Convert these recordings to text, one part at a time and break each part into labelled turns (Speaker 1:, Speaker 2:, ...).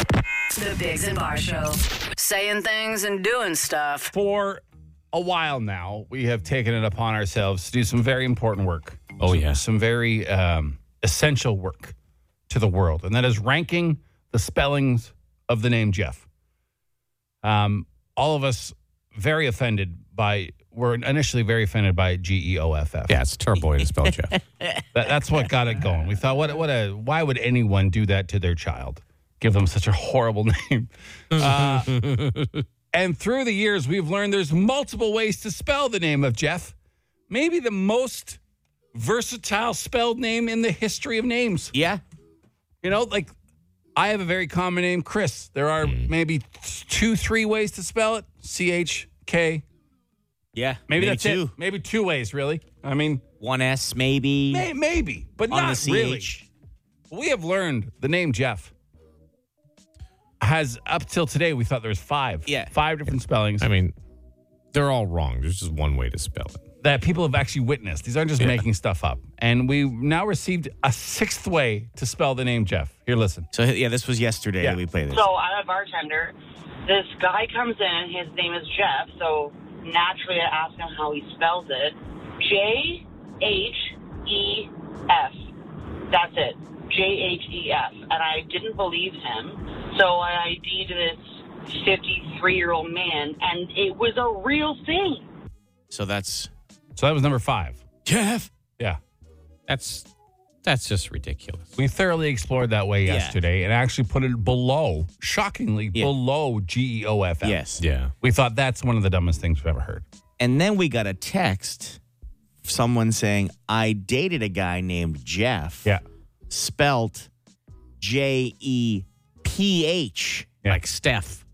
Speaker 1: The Bigs and Bar Show. Saying things and doing stuff.
Speaker 2: for a while now, we have taken it upon ourselves to do some very important work.
Speaker 3: Oh,
Speaker 2: Some-
Speaker 3: yeah.
Speaker 2: Some very um, essential work to the world, and that is ranking the spellings of the name Jeff. Um, all of us very offended by, were initially very offended by G E O F F.
Speaker 3: Yeah, it's a terrible way to spell Jeff.
Speaker 2: That, that's what got it going. We thought, what, what a, why would anyone do that to their child? Give them such a horrible name. Uh, and through the years, we've learned there's multiple ways to spell the name of Jeff. Maybe the most versatile spelled name in the history of names.
Speaker 3: Yeah.
Speaker 2: You know, like I have a very common name, Chris. There are maybe two, three ways to spell it. C H K.
Speaker 3: Yeah.
Speaker 2: Maybe, that's
Speaker 3: two.
Speaker 2: it. Maybe two ways, really. I mean,
Speaker 3: One S, maybe.
Speaker 2: may, maybe, but
Speaker 3: on
Speaker 2: not
Speaker 3: the CH.
Speaker 2: really. We have learned the name Jeff has up till today we thought there was five.
Speaker 3: Yeah.
Speaker 2: Five different spellings
Speaker 4: I mean, they're all wrong. There's just one way to spell it.
Speaker 2: that people have actually witnessed. These aren't just making stuff up. And we now received a sixth way to spell the name Jeff. Here, listen.
Speaker 3: So, yeah, this was yesterday
Speaker 2: Yeah.
Speaker 3: that we played this.
Speaker 5: So Oh, I'm a bartender. This guy comes in. His name is Jeff. So naturally, I ask him how he spells it. J H E F. That's it. J H E F. And I didn't believe him. So I ID'd this 53 year old man, and it was a real thing.
Speaker 3: So that's
Speaker 2: So that was number five.
Speaker 3: Jeff.
Speaker 2: Yeah.
Speaker 4: That's that's just ridiculous.
Speaker 2: We thoroughly explored that way yesterday and actually put it below, shockingly
Speaker 3: Yeah.
Speaker 2: below G E O F F.
Speaker 3: Yes.
Speaker 4: Yeah.
Speaker 2: We thought that's one of the dumbest things we've ever heard.
Speaker 3: And then we got a text, someone saying, I dated a guy named Jeff. Spelt J E P H.
Speaker 2: Yeah.
Speaker 4: Like Steph.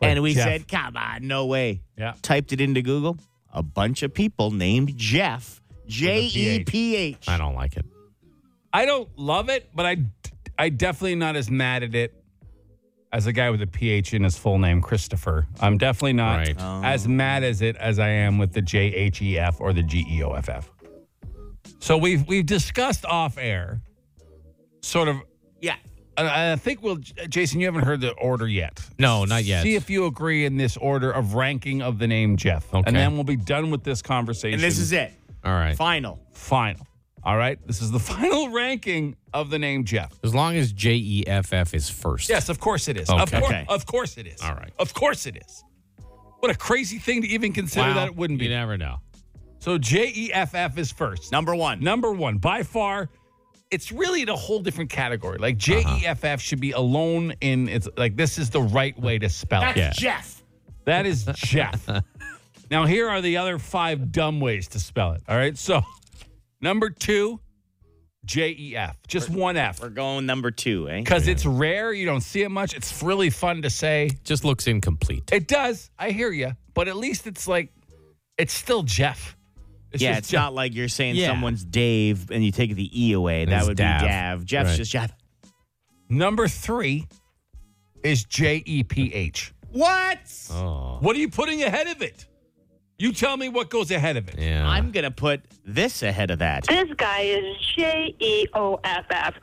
Speaker 2: Like
Speaker 3: and we
Speaker 2: Jeff.
Speaker 3: said, come on, no way.
Speaker 2: Yeah.
Speaker 3: Typed it into Google. A bunch of people named Jeff. J E P H.
Speaker 4: I don't like it.
Speaker 2: I don't love it, but I, I definitely not as mad at it as a guy with a PH in his full name, Christopher. I'm definitely not
Speaker 4: Right.
Speaker 3: Oh.
Speaker 2: as mad as it as I am with the J H E F or the G E O F F. So we've we've discussed off air, sort of.
Speaker 3: Yeah.
Speaker 2: and I I think we'll, Jason. You haven't heard the order yet.
Speaker 4: No, not yet.
Speaker 2: See if you agree in this order of ranking of the name Jeff,
Speaker 4: Okay.
Speaker 2: and then we'll be done with this conversation.
Speaker 3: And this is it.
Speaker 4: All right.
Speaker 3: Final.
Speaker 2: final. All right, this is the final ranking of the name Jeff.
Speaker 4: As long as J E F F is first.
Speaker 2: Yes, of course it is. Of,
Speaker 4: Okay.
Speaker 2: cour-
Speaker 3: Okay.
Speaker 2: of course it is.
Speaker 4: All right.
Speaker 2: Of course it is. What a crazy thing to even consider
Speaker 4: Wow.
Speaker 2: that it wouldn't be.
Speaker 4: You never know.
Speaker 2: So J E F F is first.
Speaker 3: Number one.
Speaker 2: Number one, by far, it's really in a whole different category. Like
Speaker 4: Uh-huh.
Speaker 2: J E F F should be alone in its. Like this is the right way to spell it.
Speaker 4: Yeah.
Speaker 3: Jeff.
Speaker 2: That is Jeff. now, here are the other five dumb ways to spell it. All right. So, number two, J E F. Just one F.
Speaker 3: We're going number two, eh?
Speaker 2: Because it's rare. You don't see it much. It's really fun to say.
Speaker 4: Just looks incomplete.
Speaker 2: It does. I hear you. But at least it's like, it's still Jeff.
Speaker 3: yeah,
Speaker 2: just
Speaker 3: it's
Speaker 2: Jeff.
Speaker 3: not like you're saying
Speaker 4: Yeah.
Speaker 3: someone's Dave and you take the E away. that
Speaker 4: it's
Speaker 3: would
Speaker 4: Dav.
Speaker 3: be Dav. Jeff's
Speaker 4: Right.
Speaker 3: just Jeff.
Speaker 2: Number three is J E P H.
Speaker 3: What?
Speaker 4: Oh.
Speaker 2: What are you putting ahead of it? You tell me what goes ahead of it.
Speaker 4: Yeah.
Speaker 3: I'm going to put this ahead of that.
Speaker 6: This guy is J E O F F.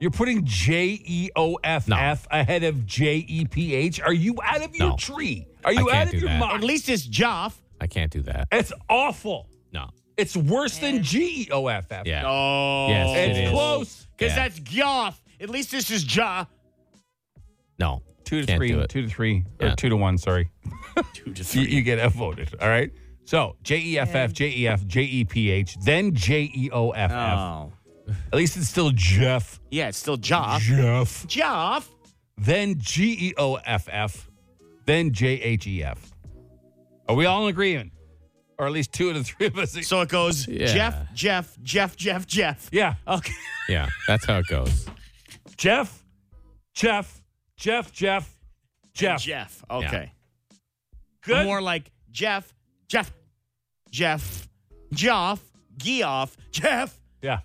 Speaker 2: You're putting J E O F F ahead of J E P H. Are you out of your
Speaker 4: No.
Speaker 2: tree? Are you
Speaker 4: can't
Speaker 2: out of
Speaker 4: do
Speaker 2: your
Speaker 4: that.
Speaker 2: mind?
Speaker 3: At least it's Joff.
Speaker 4: I can't do that.
Speaker 2: it's awful.
Speaker 4: No.
Speaker 2: It's worse than G E O F F.
Speaker 4: Yeah.
Speaker 3: Oh.
Speaker 4: Yes, it
Speaker 2: It's
Speaker 4: is.
Speaker 2: close.
Speaker 3: Because
Speaker 4: Yeah.
Speaker 3: that's Joff. At least this is Ja.
Speaker 4: No.
Speaker 2: Two to
Speaker 4: Can't
Speaker 2: three.
Speaker 4: do it.
Speaker 2: Two to three. Or
Speaker 4: Yeah.
Speaker 2: two to one, sorry.
Speaker 3: Two to
Speaker 2: You, you get outvoted. All right. So J E F F, J E F, J E P H, then J E O F F.
Speaker 3: Oh.
Speaker 2: At least it's still Jeff.
Speaker 3: Yeah, it's still Joff.
Speaker 2: Jeff.
Speaker 3: Joff.
Speaker 2: Then G E O F F. Then J H E F. Are we all in agreement? Or at least two of the three of us.
Speaker 3: So it goes
Speaker 4: Yeah.
Speaker 3: Jeff, Jeff, Jeff, Jeff, Jeff.
Speaker 2: yeah.
Speaker 3: Okay.
Speaker 4: Yeah. That's how it goes.
Speaker 2: Jeff, Jeff, Jeff, Jeff, Jeff.
Speaker 3: Jeff. Okay.
Speaker 2: Good.
Speaker 3: More like Jeff, Jeff, Jeff, Joff, Geoff, Jeff.
Speaker 2: Yeah.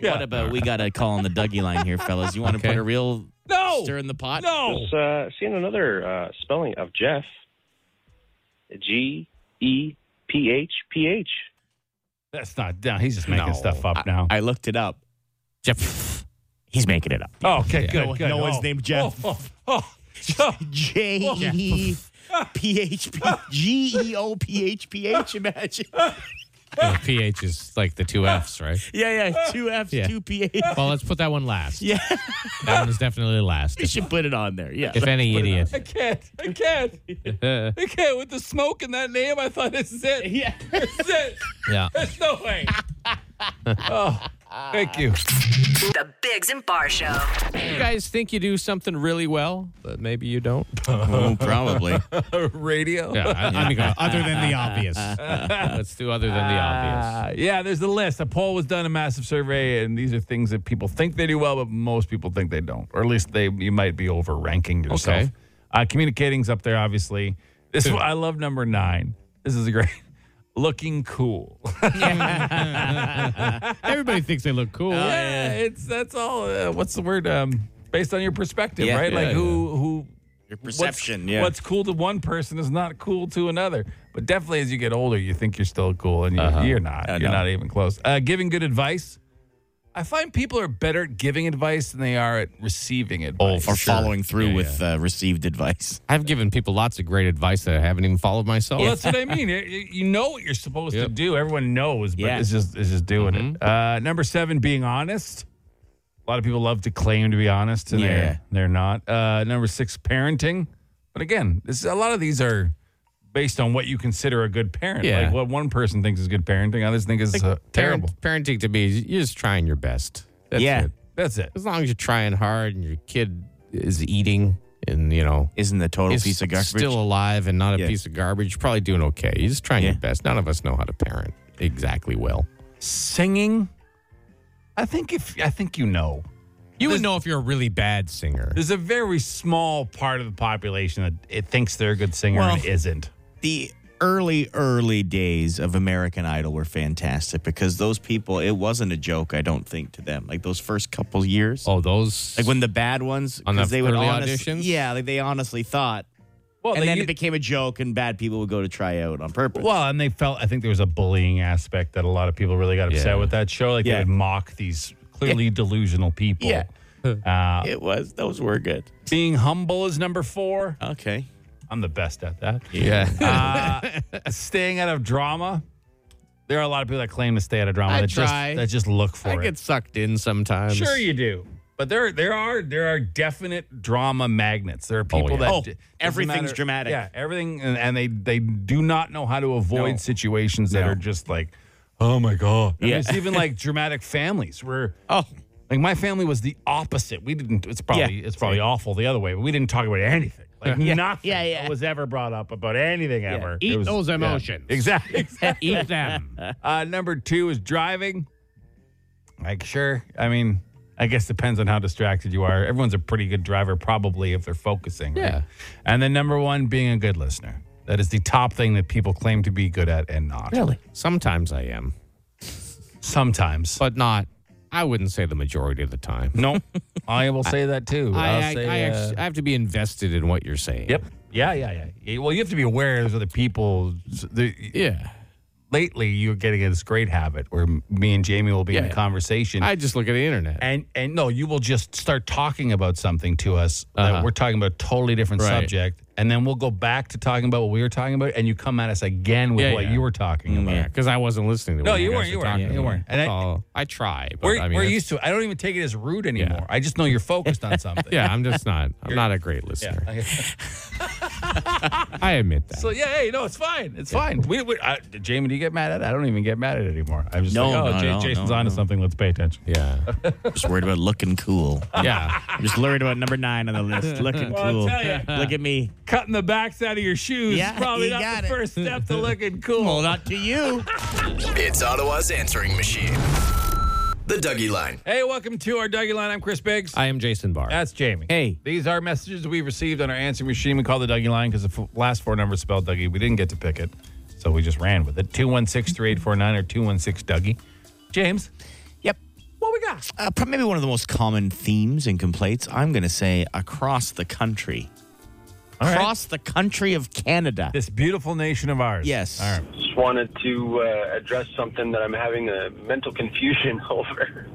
Speaker 2: Yeah.
Speaker 3: What about we got to call on the Dougie line here, fellas? You want to
Speaker 4: Okay.
Speaker 3: put a real
Speaker 2: No.
Speaker 3: stir in the pot?
Speaker 2: No.
Speaker 7: was uh, seeing another uh, spelling of Jeff. G E P H P H.
Speaker 2: That's not. No, he's just making
Speaker 4: No.
Speaker 2: stuff up
Speaker 3: I,
Speaker 2: now.
Speaker 3: I looked it up.
Speaker 4: Jeff.
Speaker 3: He's making it up.
Speaker 2: Oh, okay, good,
Speaker 3: No-
Speaker 2: good.
Speaker 3: no one's
Speaker 2: Oh.
Speaker 3: named Jeff.
Speaker 2: Oh, oh, oh.
Speaker 3: J E P H P G E O P H P H. Imagine.
Speaker 4: Yeah, PH is like the two F's, right?
Speaker 3: Yeah, yeah. Two F's,
Speaker 4: Yeah.
Speaker 3: two P H.
Speaker 4: Well, let's put that one last.
Speaker 3: Yeah,
Speaker 4: That one is definitely last.
Speaker 3: we should put it on there. Yeah.
Speaker 4: If any idiot.
Speaker 2: I can't. I can't. I can't. With the smoke in that name, I thought this is it. Yeah. This is it.
Speaker 4: Yeah.
Speaker 2: There's no way. oh, thank you.
Speaker 1: The Bigs and Bar Show.
Speaker 4: You guys think you do something really well, but maybe you don't.
Speaker 3: Oh, probably.
Speaker 2: Radio.
Speaker 4: Yeah, I, I'm going other than the obvious. Let's do other than the obvious.
Speaker 2: Uh, yeah, there's the list. A poll was done, a massive survey, and these are things that people think they do well, but most people think they don't, or at least they you might be over ranking yourself.
Speaker 4: Okay.
Speaker 2: Uh, communicating's up there, obviously. This one, I love number nine. This is great. Looking cool.
Speaker 4: Everybody thinks they look cool.
Speaker 2: yeah, it's that's all. Uh, what's the word? Um, based on your perspective,
Speaker 3: Yeah,
Speaker 2: right?
Speaker 3: yeah,
Speaker 2: like
Speaker 4: yeah.
Speaker 2: who who
Speaker 3: Your
Speaker 2: what's- What's cool to one person is not cool to another. But definitely as you get older, you think you're still cool and you, you're not.
Speaker 3: Uh,
Speaker 2: you're
Speaker 3: no.
Speaker 2: not even close. Uh, giving good advice. I find people are better at giving advice than they are at receiving advice.
Speaker 3: or following through
Speaker 4: Yeah,
Speaker 3: with Uh, received advice.
Speaker 4: I've given people lots of great advice that I haven't even followed myself.
Speaker 2: Well, Oh, that's what I mean. You- You you know what you're supposed to
Speaker 4: Yep.
Speaker 2: do. Everyone knows, but
Speaker 3: Yeah.
Speaker 2: it's just it's just doing it. Uh, number seven, being honest. A lot of people love to claim to be honest, and
Speaker 3: Yeah.
Speaker 2: they're they're not. Uh, number six, parenting. But again, this a lot of these are based on what you consider a good parent.
Speaker 4: Yeah.
Speaker 2: Like what one person thinks is good parenting, others think is uh,
Speaker 4: Parent-
Speaker 2: terrible.
Speaker 4: parenting to me, is you're just trying your best. That's
Speaker 3: Yeah.
Speaker 4: it.
Speaker 2: That's it.
Speaker 4: As long as you're trying hard and your kid is eating and, you know,
Speaker 3: Isn't the total
Speaker 4: is
Speaker 3: piece of garbage?
Speaker 4: still alive and not a
Speaker 3: Yeah.
Speaker 4: piece of garbage, you're probably doing okay. You're just trying your
Speaker 3: Yeah.
Speaker 4: best. None of us know how to parent exactly well.
Speaker 2: Singing. I think if I think you know.
Speaker 4: You would know if you're a really bad singer.
Speaker 2: There's a very small part of the population that it thinks they're a good singer and
Speaker 3: Well-
Speaker 2: isn't.
Speaker 3: the early early days of American Idol were fantastic because those people it wasn't a joke I don't think to them like those first couple years
Speaker 4: Oh, those.
Speaker 3: like when the bad ones
Speaker 4: On the
Speaker 3: 'cause they would
Speaker 4: early
Speaker 3: honestly,
Speaker 4: auditions?
Speaker 3: yeah like they honestly thought
Speaker 2: Well,
Speaker 3: and
Speaker 2: they
Speaker 3: then
Speaker 2: u-
Speaker 3: it became a joke and bad people would go to try out on purpose
Speaker 2: Well, and they felt I think there was a bullying aspect that a lot of people really got upset
Speaker 4: Yeah.
Speaker 2: with that show. Like they
Speaker 3: Yeah.
Speaker 2: would mock these clearly delusional people.
Speaker 3: Yeah.
Speaker 2: Uh,
Speaker 3: it was those were good
Speaker 2: being humble is number four.
Speaker 3: okay
Speaker 2: I'm the best at that.
Speaker 4: yeah.
Speaker 2: Uh, staying out of drama. There are a lot of people that claim to stay out of drama.
Speaker 4: I
Speaker 2: that
Speaker 4: try.
Speaker 2: Just, that just look for
Speaker 4: I
Speaker 2: it.
Speaker 4: get sucked in sometimes.
Speaker 2: Sure, you do. But there, there are there are definite drama magnets. There are people
Speaker 4: yeah.
Speaker 2: that
Speaker 3: Oh,
Speaker 2: doesn't
Speaker 3: everything's dramatic.
Speaker 2: Yeah, everything, and, and they they do not know how to avoid
Speaker 3: No.
Speaker 2: situations that
Speaker 3: No.
Speaker 2: are just like, oh my god. And
Speaker 3: Yeah.
Speaker 2: There's even like dramatic families where.
Speaker 3: oh
Speaker 2: Like my family was the opposite. We didn't. It's probably
Speaker 3: Yeah.
Speaker 2: it's probably awful the other way. But we didn't talk about anything. Like nothing
Speaker 3: Yeah, yeah.
Speaker 2: was ever brought up about anything ever. It
Speaker 4: Eat
Speaker 2: was-
Speaker 4: those
Speaker 2: yeah.
Speaker 4: emotions.
Speaker 2: Exactly.
Speaker 4: Eat them.
Speaker 2: Uh, number two is driving. Like, sure. I mean, I guess depends on how distracted you are. Everyone's a pretty good driver, probably, if they're focusing. right?
Speaker 4: Yeah.
Speaker 2: And then number one, being a good listener. That is the top thing that people claim to be good at and not.
Speaker 4: Sometimes I am,
Speaker 2: Sometimes.
Speaker 4: but not. I wouldn't say the majority of the time.
Speaker 2: no, I will say that too. I'll
Speaker 4: I, I,
Speaker 2: say,
Speaker 4: I,
Speaker 2: uh,
Speaker 4: actually, I have to be invested in what you're saying.
Speaker 2: Yep. Yeah, yeah, yeah, yeah. Well, you have to be aware of the people. The,
Speaker 4: Yeah.
Speaker 2: lately, you're getting in this great habit where me and Jamie will be in
Speaker 4: Yeah.
Speaker 2: a conversation.
Speaker 4: I just look at the internet.
Speaker 2: and and no, you will just start talking about something to us
Speaker 3: Uh-huh.
Speaker 2: that we're talking about a totally different
Speaker 4: Right.
Speaker 2: subject, and then we'll go back to talking about what we were talking about, and you come at us again with
Speaker 4: Yeah,
Speaker 2: what
Speaker 4: yeah.
Speaker 2: you were talking
Speaker 3: Mm-hmm.
Speaker 2: about.
Speaker 4: Yeah, because I wasn't listening
Speaker 2: uh,
Speaker 4: to
Speaker 2: No,
Speaker 4: what
Speaker 2: you
Speaker 4: guys
Speaker 2: weren't, you
Speaker 4: were
Speaker 2: weren't,
Speaker 4: talking
Speaker 2: you
Speaker 4: about.
Speaker 2: weren't. And I-
Speaker 4: So I try, but
Speaker 2: We're,
Speaker 4: I mean,
Speaker 2: we're
Speaker 4: it's-
Speaker 2: used to it. I don't even take it as rude anymore. I just know you're focused on something.
Speaker 4: Yeah, I'm just not. I'm not a great listener.
Speaker 2: Okay.
Speaker 4: I admit that.
Speaker 2: So yeah, hey, no, it's fine. It's fine. We, we I, Jamie, do you get mad at it? I don't even get mad at it anymore. I'm just
Speaker 3: No,
Speaker 2: like, oh,
Speaker 3: no, no,
Speaker 2: Jason's
Speaker 3: no,
Speaker 2: onto
Speaker 3: no.
Speaker 2: something. Let's pay attention.
Speaker 4: yeah,
Speaker 3: just worried about looking cool
Speaker 4: yeah.
Speaker 3: I'm just worried about number nine on the list looking
Speaker 2: Well, I'll
Speaker 3: cool
Speaker 2: tell ya.
Speaker 3: look at me
Speaker 2: Cutting the backs out of your shoes
Speaker 3: Yeah,
Speaker 2: is probably
Speaker 3: you
Speaker 2: not
Speaker 3: got
Speaker 2: the
Speaker 3: it.
Speaker 2: first step to looking cool.
Speaker 3: well not to you
Speaker 8: It's Ottawa's answering machine. The Dougie Line.
Speaker 2: Hey, welcome to our Dougie Line. I'm Chris Biggs.
Speaker 4: I am Jason Barr.
Speaker 2: That's Jamie.
Speaker 3: Hey.
Speaker 2: These are messages we received on our answering machine. We call the Dougie line because the f- last four numbers spelled Dougie. We didn't get to pick it, so we just ran with it. 216 3849 or 216 Dougie. James,
Speaker 3: yep
Speaker 2: what we got?
Speaker 3: uh, prob- maybe one of the most common themes and complaints, I'm going to say across the country,
Speaker 4: right.
Speaker 3: across the country of Canada.
Speaker 2: This beautiful nation of ours.
Speaker 3: Yes.
Speaker 2: All right.
Speaker 9: Just wanted to uh, address something that I'm having a mental confusion over.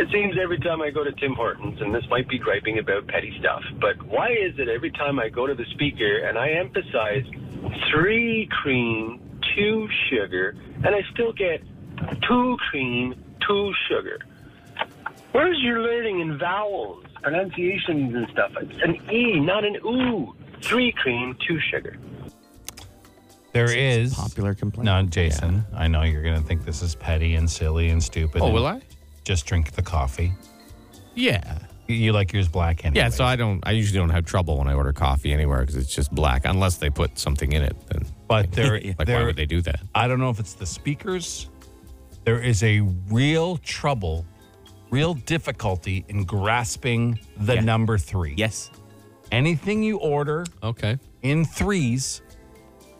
Speaker 9: it seems every time I go to Tim Hortons, and this might be griping about petty stuff, but why is it every time I go to the speaker and I emphasize three cream, two sugar, and I still get two cream, two sugar? Where's your learning in vowels, pronunciations, and stuff? It's an E, not an ooh. Three cream, two sugar.
Speaker 2: There is
Speaker 3: popular complaint.
Speaker 2: No, Jason, I know you're going to think this is petty and silly and stupid.
Speaker 4: Oh,
Speaker 2: and
Speaker 4: will I?
Speaker 2: Just drink the coffee.
Speaker 4: Yeah.
Speaker 2: You- You like yours black anyway.
Speaker 4: Yeah, so I don't. I usually don't have trouble when I order coffee anywhere because it's just black, unless they put something in it. Then,
Speaker 2: But there,
Speaker 4: like,
Speaker 2: there,
Speaker 4: why would they do that?
Speaker 2: I don't know if it's the speakers. There is a real trouble, real difficulty in grasping the number three.
Speaker 3: Yes.
Speaker 2: Anything you order
Speaker 4: Okay.
Speaker 2: in threes,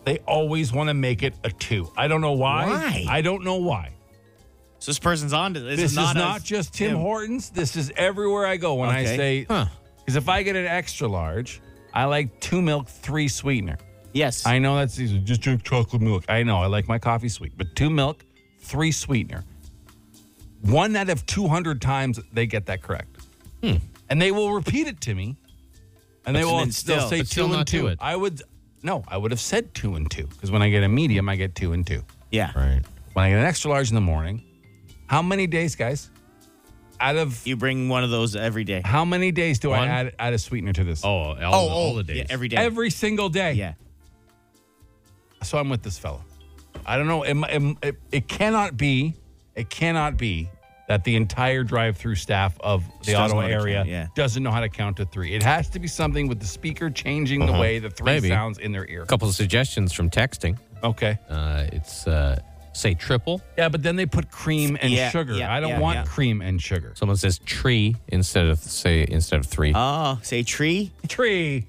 Speaker 2: they always want to make it a two. I don't know why.
Speaker 3: Why?
Speaker 2: I don't know why.
Speaker 3: So this person's on to this.
Speaker 2: This,
Speaker 3: is
Speaker 2: is
Speaker 3: not,
Speaker 2: not,
Speaker 3: a-
Speaker 2: just Tim Hortons. This is everywhere I go when I
Speaker 3: Okay.
Speaker 2: say,
Speaker 4: Huh.
Speaker 2: because if I get an extra large, I like two milk, three sweetener.
Speaker 3: Yes.
Speaker 2: I know that's easy. Just drink chocolate milk. I know. I like my coffee sweet, but two milk, three sweetener. One out of 200 times they get that correct.
Speaker 4: Hmm.
Speaker 2: And they will repeat it to me. And they
Speaker 3: But
Speaker 2: will
Speaker 3: then
Speaker 2: still
Speaker 3: still-
Speaker 2: say
Speaker 4: but still
Speaker 2: two and
Speaker 4: not do
Speaker 2: two.
Speaker 4: it.
Speaker 2: I would, no, I would have said two and two because when I get a medium, I get two and two.
Speaker 3: yeah.
Speaker 2: Right. When I get an extra large in the morning, how many days, guys? Out of
Speaker 3: You bring one of those every day.
Speaker 2: how many days do I
Speaker 4: One?
Speaker 2: add, add a sweetener to this?
Speaker 4: Oh, all, all the days.
Speaker 3: Yeah, every day.
Speaker 2: every single day.
Speaker 3: yeah.
Speaker 2: So I'm with this fellow. I don't know. It, mi- it, mi- it, it cannot be. It cannot be that the entire drive-through staff of the
Speaker 3: Just doesn't
Speaker 2: auto
Speaker 3: know how to
Speaker 2: area
Speaker 3: count, yeah.
Speaker 2: doesn't know how to count to three. It has to be something with the speaker changing
Speaker 3: Uh-huh.
Speaker 2: the way the three
Speaker 4: Maybe.
Speaker 2: sounds in their ear.
Speaker 4: A couple of suggestions from texting.
Speaker 2: Okay.
Speaker 4: Uh, it's uh, say triple.
Speaker 2: Yeah, but then they put cream and
Speaker 3: Yeah,
Speaker 2: sugar.
Speaker 3: yeah,
Speaker 2: I don't
Speaker 3: yeah,
Speaker 2: want
Speaker 3: yeah.
Speaker 2: cream and sugar.
Speaker 4: Someone says tree instead of say instead of three.
Speaker 3: Oh, say tree.
Speaker 2: Tree.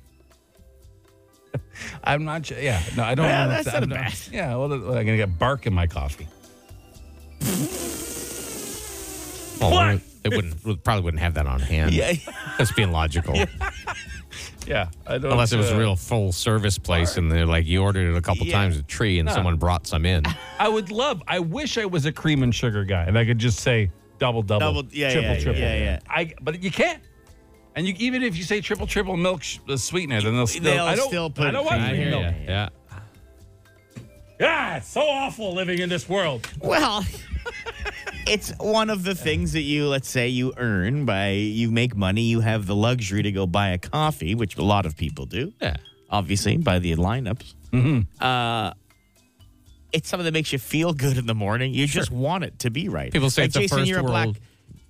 Speaker 2: I'm not. su- Yeah, no, I don't.
Speaker 3: Yeah,
Speaker 2: know
Speaker 3: that's
Speaker 2: I'm
Speaker 3: not bad.
Speaker 2: Yeah, well, I'm gonna get bark in my coffee.
Speaker 4: Well, They wouldn't would- probably wouldn't have that on hand.
Speaker 3: Yeah.
Speaker 4: That's being logical.
Speaker 2: Yeah, I don't.
Speaker 4: Unless it was
Speaker 2: uh,
Speaker 4: a real full service place and they're like you ordered it a couple
Speaker 3: Yeah.
Speaker 4: times a tree and someone brought some in.
Speaker 2: I would love. I wish I was a cream and sugar guy, and I could just say double, double,
Speaker 3: Double- yeah,
Speaker 2: triple,
Speaker 3: yeah,
Speaker 2: triple.
Speaker 3: yeah, yeah.
Speaker 2: I, but you can't. And you, even if you say triple, triple milk sh- uh, sweetener, then they'll still.
Speaker 3: They'll
Speaker 2: I don't,
Speaker 3: still put
Speaker 2: I don't
Speaker 3: it-
Speaker 2: want
Speaker 3: I
Speaker 2: cream
Speaker 3: hear
Speaker 2: milk.
Speaker 4: Yeah. yeah.
Speaker 2: Yeah, it's so awful living in this world.
Speaker 3: Well, it's one of the things that you, let's say, you earn by you make money. You have the luxury to go buy a coffee, which a lot of people do.
Speaker 4: Yeah.
Speaker 3: Obviously, by the lineups. Mm-hmm. Uh, it's something that makes you feel good in the morning. You just want it to be right.
Speaker 4: People say
Speaker 3: Like,
Speaker 4: it's a
Speaker 3: Jason,
Speaker 4: 1st
Speaker 3: you're
Speaker 4: world
Speaker 3: a black.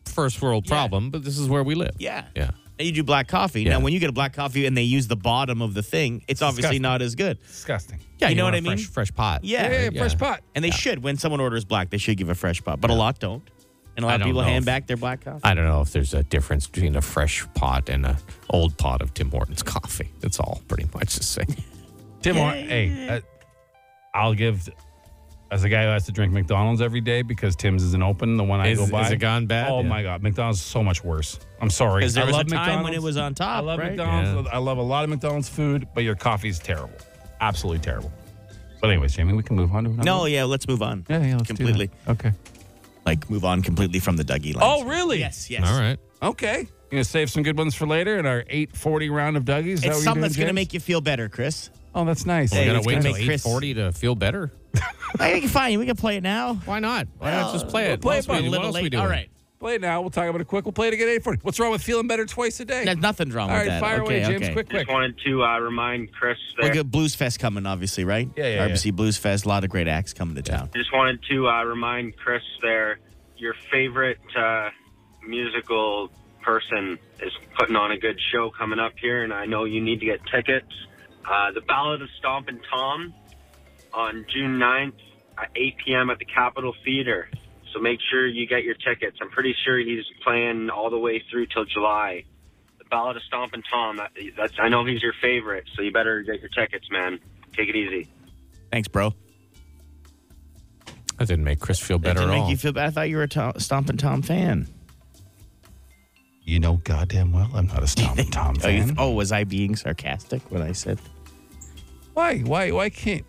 Speaker 4: first world problem, but this is where we live.
Speaker 3: Yeah.
Speaker 4: Yeah.
Speaker 3: And you do black coffee.
Speaker 4: Yeah.
Speaker 3: Now, when you get a black coffee and they use the bottom of the thing, it's obviously
Speaker 2: disgusting.
Speaker 3: not as good.
Speaker 2: Disgusting.
Speaker 3: Yeah, you, know what
Speaker 4: want
Speaker 3: I
Speaker 4: a
Speaker 3: mean?
Speaker 4: Fresh, fresh pot.
Speaker 3: Yeah.
Speaker 2: Yeah,
Speaker 4: yeah.
Speaker 2: fresh pot.
Speaker 3: And they should. When someone orders black, they should give a fresh pot, but a lot don't. And a
Speaker 4: I
Speaker 3: lot of
Speaker 4: don't
Speaker 3: people
Speaker 4: know
Speaker 3: hand
Speaker 4: if-
Speaker 3: back their black coffee.
Speaker 4: I don't know if there's a difference between a fresh pot and an old pot of Tim Hortons coffee. That's all pretty much the same.
Speaker 2: Tim, Hor- hey, uh, I'll give. As a guy who has to drink McDonald's every day because Tim's isn't open, the one I
Speaker 4: Is-
Speaker 2: go by.
Speaker 4: is it gone bad?
Speaker 2: Oh
Speaker 4: Yeah.
Speaker 2: my God, McDonald's is so much worse. I'm sorry.
Speaker 3: Because there
Speaker 2: I
Speaker 3: was a
Speaker 2: love
Speaker 3: time when
Speaker 2: McDonald's.
Speaker 3: it was on top.
Speaker 2: I love
Speaker 3: right?
Speaker 2: McDonald's. I love a lot of McDonald's food, but your coffee's terrible. Absolutely terrible. But anyways, Jamie, we can move on to another.
Speaker 3: No,
Speaker 2: one.
Speaker 3: yeah, let's move on.
Speaker 2: yeah, yeah, let's do that.
Speaker 3: completely.
Speaker 2: Okay.
Speaker 3: Like move on completely from the Dougie line.
Speaker 2: Oh, really?
Speaker 3: yes, yes.
Speaker 4: All right.
Speaker 2: Okay. You gonna save some good ones for later in our 8:40 round of Dougies. Is that what
Speaker 3: It's
Speaker 2: you're
Speaker 3: something
Speaker 2: doing,
Speaker 3: that's going to
Speaker 2: James?
Speaker 3: make you feel better, Chris.
Speaker 2: Oh, that's nice.
Speaker 3: Hey,
Speaker 4: We gotta
Speaker 3: it's
Speaker 4: wait
Speaker 3: gonna
Speaker 4: until
Speaker 3: make Chris-
Speaker 4: 840 to feel better.
Speaker 3: I think fine. We can play it now.
Speaker 4: Why not? Why not just play
Speaker 3: We'll
Speaker 4: it?
Speaker 3: play it,
Speaker 4: What else
Speaker 3: but
Speaker 4: we-
Speaker 3: a
Speaker 4: what
Speaker 3: little
Speaker 4: else we
Speaker 3: late.
Speaker 4: doing?
Speaker 3: All right.
Speaker 2: Play it now. We'll talk about it quick. We'll play it again at 8:40. What's wrong with feeling better twice a day?
Speaker 3: There's nothing wrong
Speaker 2: All
Speaker 3: with
Speaker 2: right,
Speaker 3: that.
Speaker 2: fire
Speaker 3: okay,
Speaker 2: away, James.
Speaker 3: okay.
Speaker 2: Quick, quick.
Speaker 9: Just wanted to uh, remind Chris
Speaker 3: We
Speaker 9: there.
Speaker 3: got Blues Fest coming, obviously, right?
Speaker 2: Yeah, yeah, yeah.
Speaker 3: RBC Blues Fest. A lot of great acts coming to town.
Speaker 9: Just wanted to uh, remind Chris there. Your favorite uh, musical person is putting on a good show coming up here, and I know you need to get tickets. Uh, the Ballad of Stomp and Tom on June 9th at 8 p.m. at the Capitol Theater. So make sure you get your tickets. I'm pretty sure he's playing all the way through till July. The Ballad of Stomp and Tom. That, that's I know he's your favorite, so you better get your tickets, man. Take it easy.
Speaker 3: Thanks, bro.
Speaker 4: That didn't make Chris feel
Speaker 3: That
Speaker 4: better
Speaker 3: didn't
Speaker 4: at
Speaker 3: make
Speaker 4: all.
Speaker 3: you feel bad. I thought you were a Tom, Stompin' Tom fan.
Speaker 2: You know goddamn well I'm not a Stompin' Tom
Speaker 3: Oh, you-
Speaker 2: fan.
Speaker 3: oh, was I being sarcastic when I said?
Speaker 2: Why? Why? Why can't?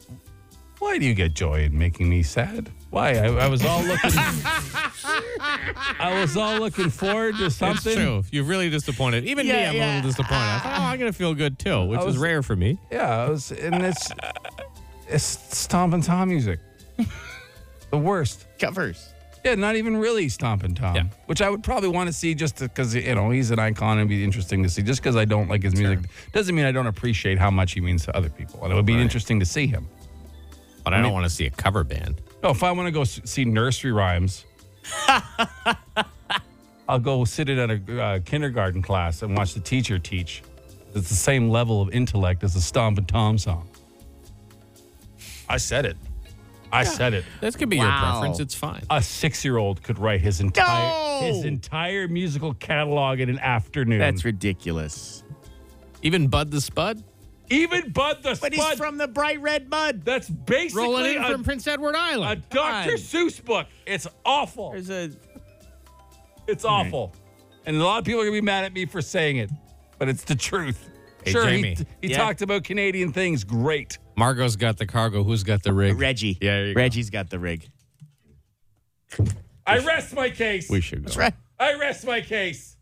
Speaker 2: Why do you get joy in making me sad? Why? I, I was all looking. I was all looking forward to
Speaker 4: That's
Speaker 2: something.
Speaker 4: true. You're really disappointed. Even me,
Speaker 3: Yeah, Oh,
Speaker 4: I'm a
Speaker 3: yeah.
Speaker 4: little disappointed. I thought, oh, I'm going to feel good too, which
Speaker 2: was-
Speaker 4: is rare for me.
Speaker 2: Yeah, I was, and it's it's stomping Tom music. the worst.
Speaker 3: Covers.
Speaker 2: Yeah, not even really stomping Tom,
Speaker 4: Yeah.
Speaker 2: which I would probably want to see just because you know he's an icon and be interesting to see. Just because I don't like his music doesn't mean I don't appreciate how much he means to other people, and it would be interesting to see him.
Speaker 4: But I don't want to see a cover band.
Speaker 2: No, if I want to go s- see nursery rhymes, I'll go sit in at a uh, kindergarten class and watch the teacher teach. It's the same level of intellect as the Stomp and Tom song. I said it. I said it.
Speaker 4: This could be your
Speaker 3: Wow.
Speaker 4: preference. It's fine.
Speaker 2: A six-year-old could write his entire
Speaker 3: No!
Speaker 2: his entire musical catalog in an afternoon.
Speaker 3: That's ridiculous.
Speaker 4: Even Bud the Spud?
Speaker 2: even Bud the
Speaker 3: But
Speaker 2: Spud.
Speaker 3: he's from the bright red mud.
Speaker 2: that's basically
Speaker 4: Rolling in
Speaker 2: a,
Speaker 4: from Prince Edward
Speaker 2: a
Speaker 4: Island.
Speaker 2: Dr. Seuss book. It's awful.
Speaker 3: There's a
Speaker 2: It's awful. And a lot of people are going to be mad at me for saying it, but it's the truth.
Speaker 4: Hey,
Speaker 2: sure,
Speaker 4: Jamie.
Speaker 2: he, he
Speaker 3: Yeah.
Speaker 2: talked about Canadian things. Great.
Speaker 4: Margot's got the cargo. Who's got the rig?
Speaker 3: Reggie.
Speaker 4: Yeah, there you go.
Speaker 3: Reggie's got the rig.
Speaker 2: I rest my case.
Speaker 4: We should go. That's
Speaker 3: right.
Speaker 2: I rest my case.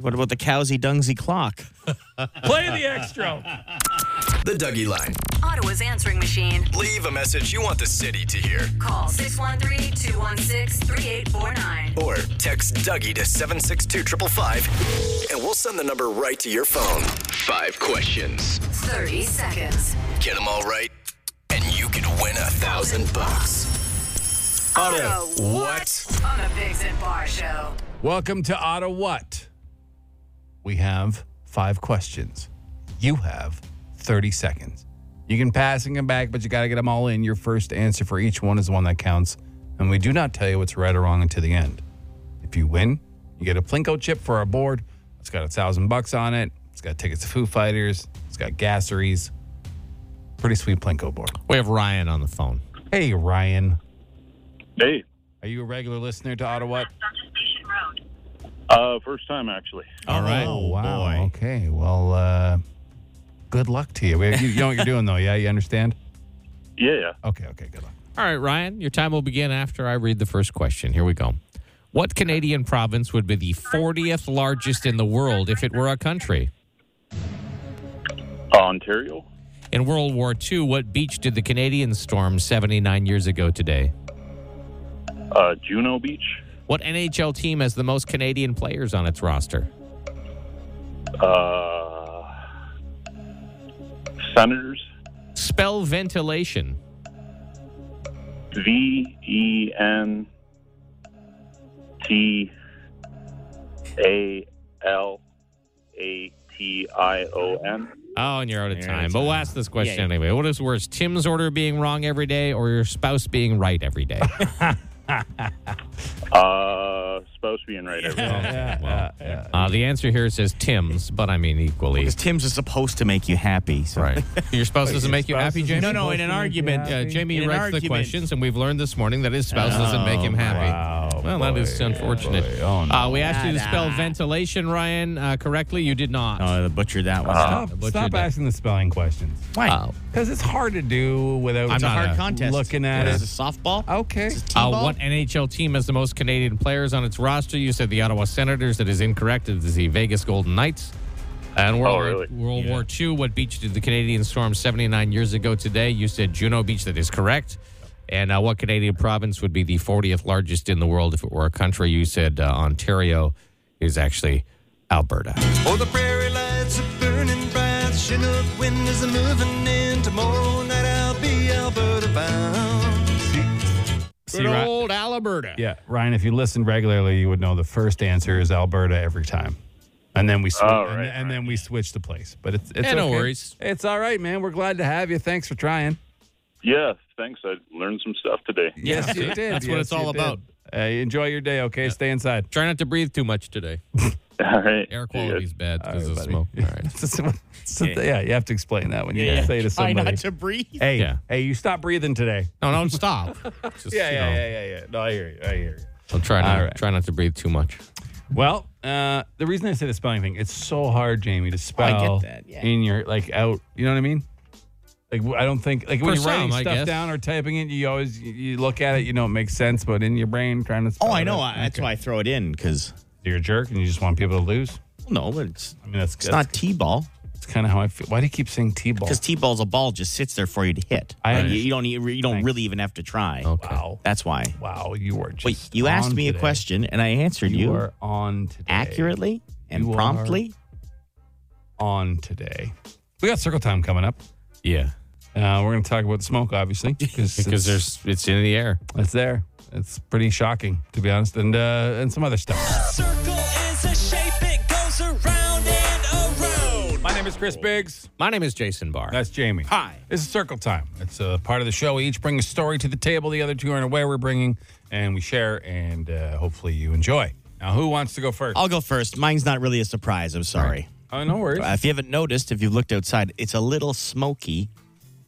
Speaker 3: What about the cowsy dungsy clock?
Speaker 2: Play the extra.
Speaker 8: The Dougie Line.
Speaker 1: Ottawa's answering machine.
Speaker 8: Leave a message you want the city to hear.
Speaker 1: Call 613 216 3849.
Speaker 8: Or text Dougie to 762 and we'll send the number right to your phone. Five questions.
Speaker 1: 30 seconds.
Speaker 8: Get them all right, and you could win a thousand bucks.
Speaker 1: Otto,
Speaker 8: what?
Speaker 1: On the Bigs and Bar Show.
Speaker 2: Welcome to Ottawa. What? We have five questions. You have 30 seconds. You can pass and come back, but you got to get them all in. Your first answer for each one is the one that counts. And we do not tell you what's right or wrong until the end. If you win, you get a Plinko chip for our board. It's got a thousand bucks on it. It's got tickets to Foo Fighters. It's got gasseries. Pretty sweet Plinko board.
Speaker 4: We have Ryan on the phone.
Speaker 2: Hey, Ryan.
Speaker 9: Hey,
Speaker 2: Are you a regular listener to Ottawa?
Speaker 9: uh, first time actually.
Speaker 4: All right.
Speaker 2: Oh, wow. Okay. Well, uh, good luck to you. We- You you know what you're doing, though. Yeah, you understand?
Speaker 9: Yeah, yeah.
Speaker 2: Okay. Okay. Good luck.
Speaker 4: All right, Ryan, your time will begin after I read the first question. Here we go. What Canadian province would be the 40th largest in the world if it were a country?
Speaker 9: Uh, Ontario,
Speaker 4: In World War II, what beach did the Canadians storm 79 years ago today?
Speaker 9: uh, Juno Beach,
Speaker 4: What NHL team has the most Canadian players on its roster?
Speaker 9: uh, Senators,
Speaker 4: Spell ventilation.
Speaker 9: V E N T A L A T I O N.
Speaker 4: Oh, and you're out of
Speaker 3: You're out
Speaker 4: time.
Speaker 3: of
Speaker 4: But we'll
Speaker 3: time.
Speaker 4: ask this question
Speaker 3: Yeah, yeah.
Speaker 4: anyway. What is worse, Tim's order being wrong every day or your spouse being right every day?
Speaker 9: Uh, supposed to be in right over there.
Speaker 4: uh, the answer here says Tim's, but I mean equally.
Speaker 3: Because Tim's is supposed to make you happy. So.
Speaker 4: Right. Your spouse doesn't make you
Speaker 2: spouse
Speaker 4: happy,
Speaker 2: doesn't No,
Speaker 4: Jamie?
Speaker 2: no, in an supposed to make you argument,
Speaker 4: Yeah,
Speaker 2: happy?
Speaker 4: Jamie
Speaker 3: In an
Speaker 4: writes the
Speaker 3: argument.
Speaker 4: questions, and we've learned this morning that his spouse doesn't make him happy.
Speaker 2: wow,
Speaker 4: well, that is
Speaker 2: boy,
Speaker 4: unfortunate.
Speaker 2: boy. Oh, no.
Speaker 4: uh, we asked you to spell ventilation, Ryan, uh, correctly. You did not.
Speaker 3: Oh, the butcher that one.
Speaker 2: Stop,
Speaker 4: What's your
Speaker 2: stop
Speaker 4: day?
Speaker 2: asking the spelling questions
Speaker 3: Why?
Speaker 4: Uh,
Speaker 2: because it's hard to do without
Speaker 4: I'm
Speaker 3: it's a
Speaker 4: not
Speaker 3: hard
Speaker 4: a-
Speaker 3: contest.
Speaker 2: looking at
Speaker 3: This
Speaker 2: it.
Speaker 3: is a softball.
Speaker 2: Okay.
Speaker 3: This is
Speaker 4: uh,
Speaker 3: t-ball?
Speaker 4: what NHL team has the most Canadian players on its roster? You said the Ottawa Senators. That is incorrect. It is the Vegas Golden Knights. And World,
Speaker 9: Oh, really?
Speaker 4: World War II. What beach did the Canadians storm 79 years ago today? You said Juneau Beach. That is correct. And uh, what Canadian province would be the 40th largest in the world if it were a country? You said uh, Ontario is actually Alberta.
Speaker 8: Oh, the prairie lights are burning bright. Chinook windows are moving in. Tomorrow night I'll be Alberta bound.
Speaker 2: See, Ri-
Speaker 4: old Alberta.
Speaker 2: yeah, Ryan. If you listen regularly, you would know the first answer is Alberta every time, and then we sw-
Speaker 9: All
Speaker 2: and,
Speaker 9: right,
Speaker 2: and then we switch the place. But it's, it's
Speaker 4: Yeah, no
Speaker 2: okay.
Speaker 4: worries.
Speaker 2: It's all right, man. We're glad to have you. Thanks for trying.
Speaker 9: Yeah, thanks. I learned some stuff today.
Speaker 2: Yes, you did.
Speaker 4: That's what
Speaker 2: Yes,
Speaker 4: it's all
Speaker 2: you did.
Speaker 4: about.
Speaker 2: Uh, enjoy your day, okay? Stay inside.
Speaker 4: Try not to breathe too much today.
Speaker 9: All right.
Speaker 4: Air
Speaker 9: See ya.
Speaker 4: quality's bad because
Speaker 2: All
Speaker 4: of
Speaker 2: right,
Speaker 4: smoke.
Speaker 2: buddy.
Speaker 4: All right.
Speaker 2: It's a- it's a- yeah, you have to explain that when you say to
Speaker 3: Try
Speaker 2: somebody.
Speaker 3: not to breathe.
Speaker 2: Hey,
Speaker 4: Yeah.
Speaker 2: hey, you stop breathing today.
Speaker 4: No, don't stop. Just, you know,
Speaker 2: yeah, yeah. No, I hear you. I hear you.
Speaker 4: I'll try not
Speaker 2: All right.
Speaker 4: try not to breathe too much.
Speaker 2: Well, uh, the reason I say the spelling thing, it's so hard, Jamie, to spell
Speaker 3: Oh, that, yeah.
Speaker 2: in your like out. You know what I mean? Like w- I don't think like when
Speaker 4: For
Speaker 2: you're writing
Speaker 4: some, I
Speaker 2: stuff
Speaker 4: guess.
Speaker 2: down or typing it, you always you- you look at it, you know it makes sense, but in your brain trying to. Spell
Speaker 3: Oh, I know.
Speaker 2: It,
Speaker 3: I, That's
Speaker 2: Okay.
Speaker 3: why I throw it in because
Speaker 2: you're a jerk and you just want people to lose.
Speaker 3: no, but it's
Speaker 2: I mean, that's
Speaker 3: it's not t-ball
Speaker 2: That's kind of how I feel. Why do you keep saying t-ball?
Speaker 3: because t-ball's a ball just sits there for you to hit.
Speaker 2: I
Speaker 3: Like, you,
Speaker 2: understand.
Speaker 3: you don't e- you don't
Speaker 2: Thanks.
Speaker 3: really even have to try.
Speaker 2: wow,
Speaker 3: That's why.
Speaker 2: wow, you are just.
Speaker 3: Wait, you asked
Speaker 2: on
Speaker 3: me a
Speaker 2: today.
Speaker 3: question and I answered
Speaker 2: You,
Speaker 3: you,
Speaker 2: are on today.
Speaker 3: accurately and
Speaker 2: You are-
Speaker 3: promptly.
Speaker 2: on today. We got circle time coming up.
Speaker 4: Yeah.
Speaker 2: Uh, we're going to talk about smoke, obviously, because
Speaker 4: Because
Speaker 2: it's-
Speaker 4: there's it's in the air.
Speaker 2: It's there. It's pretty shocking, to be honest, and uh, and some other stuff.
Speaker 10: Circle is a shape, it goes around and around.
Speaker 2: My name is Chris Biggs.
Speaker 4: My name is Jason Barr.
Speaker 2: That's Jamie.
Speaker 3: Hi.
Speaker 2: This is Circle Time. It's a part of the show. We each bring a story to the table. The other two aren't aware we're bringing, and we share, and uh, hopefully you enjoy. Now, who wants to go first?
Speaker 3: I'll go first. Mine's not really a surprise. I'm sorry.
Speaker 2: Oh, no worries.
Speaker 3: Uh, If you haven't noticed, if you've looked outside, it's a little smoky,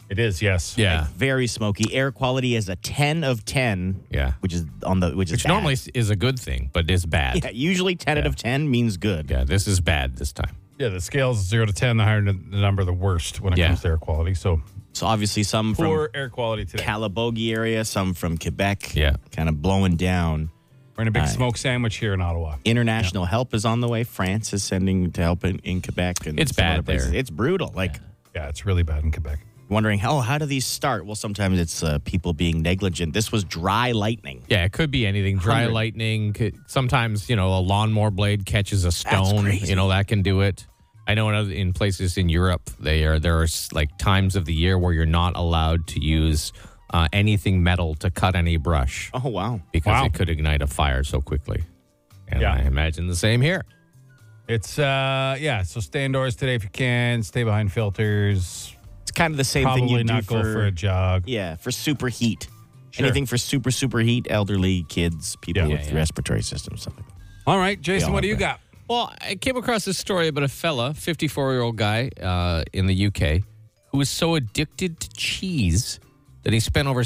Speaker 2: It is, yes.
Speaker 4: yeah.
Speaker 3: very smoky. Air quality is a 10 of 10.
Speaker 4: Yeah.
Speaker 3: Which is on the which is
Speaker 4: Which
Speaker 3: bad.
Speaker 4: normally is a good thing, but is bad.
Speaker 3: yeah, usually 10 out of 10 means good.
Speaker 4: Yeah, this is bad this time.
Speaker 2: Yeah, the scales zero to 10, the higher the number, the worst when it
Speaker 4: Yeah.
Speaker 2: comes to air quality. So,
Speaker 3: So obviously some from
Speaker 2: poor air quality today.
Speaker 3: Calabogie area, some from Quebec.
Speaker 4: Yeah.
Speaker 3: Kind of blowing down.
Speaker 2: We're in a big smoke sandwich here in Ottawa.
Speaker 3: International help is on the way. France is sending to help in, in Quebec. And
Speaker 4: It's
Speaker 3: some other
Speaker 4: bad there.
Speaker 3: places. It's brutal. Like
Speaker 2: Yeah, it's really bad in Quebec.
Speaker 3: wondering, oh, how do these start? Well, sometimes it's uh, people being negligent. This was dry lightning.
Speaker 4: Yeah, it could be anything. Dry lightning. Could, sometimes, you know, a lawnmower blade catches a stone.
Speaker 3: crazy.
Speaker 4: You know, that can do it. I know in, other, in places in Europe, they are there are s- like times of the year where you're not allowed to use uh, anything metal to cut any brush
Speaker 3: Oh, wow.
Speaker 4: because
Speaker 2: Wow.
Speaker 4: it could ignite a fire so quickly. And
Speaker 2: Yeah.
Speaker 4: I imagine the same here.
Speaker 2: It's uh yeah, so stay indoors today if you can, stay behind filters,
Speaker 3: It's kind of the same thing
Speaker 2: probably
Speaker 3: you
Speaker 2: not
Speaker 3: do
Speaker 2: go for a jog.
Speaker 3: yeah, for super heat.
Speaker 2: Sure.
Speaker 3: Anything for super, super heat, elderly kids, people
Speaker 2: Yeah.
Speaker 3: with
Speaker 2: Yeah, yeah.
Speaker 3: respiratory systems, something.
Speaker 2: All right, Jason,
Speaker 3: Yeah,
Speaker 2: what do you
Speaker 3: okay.
Speaker 2: got?
Speaker 4: Well, I came across this story about a fella, 54 year old guy uh, in the UK, who was so addicted to cheese that he spent over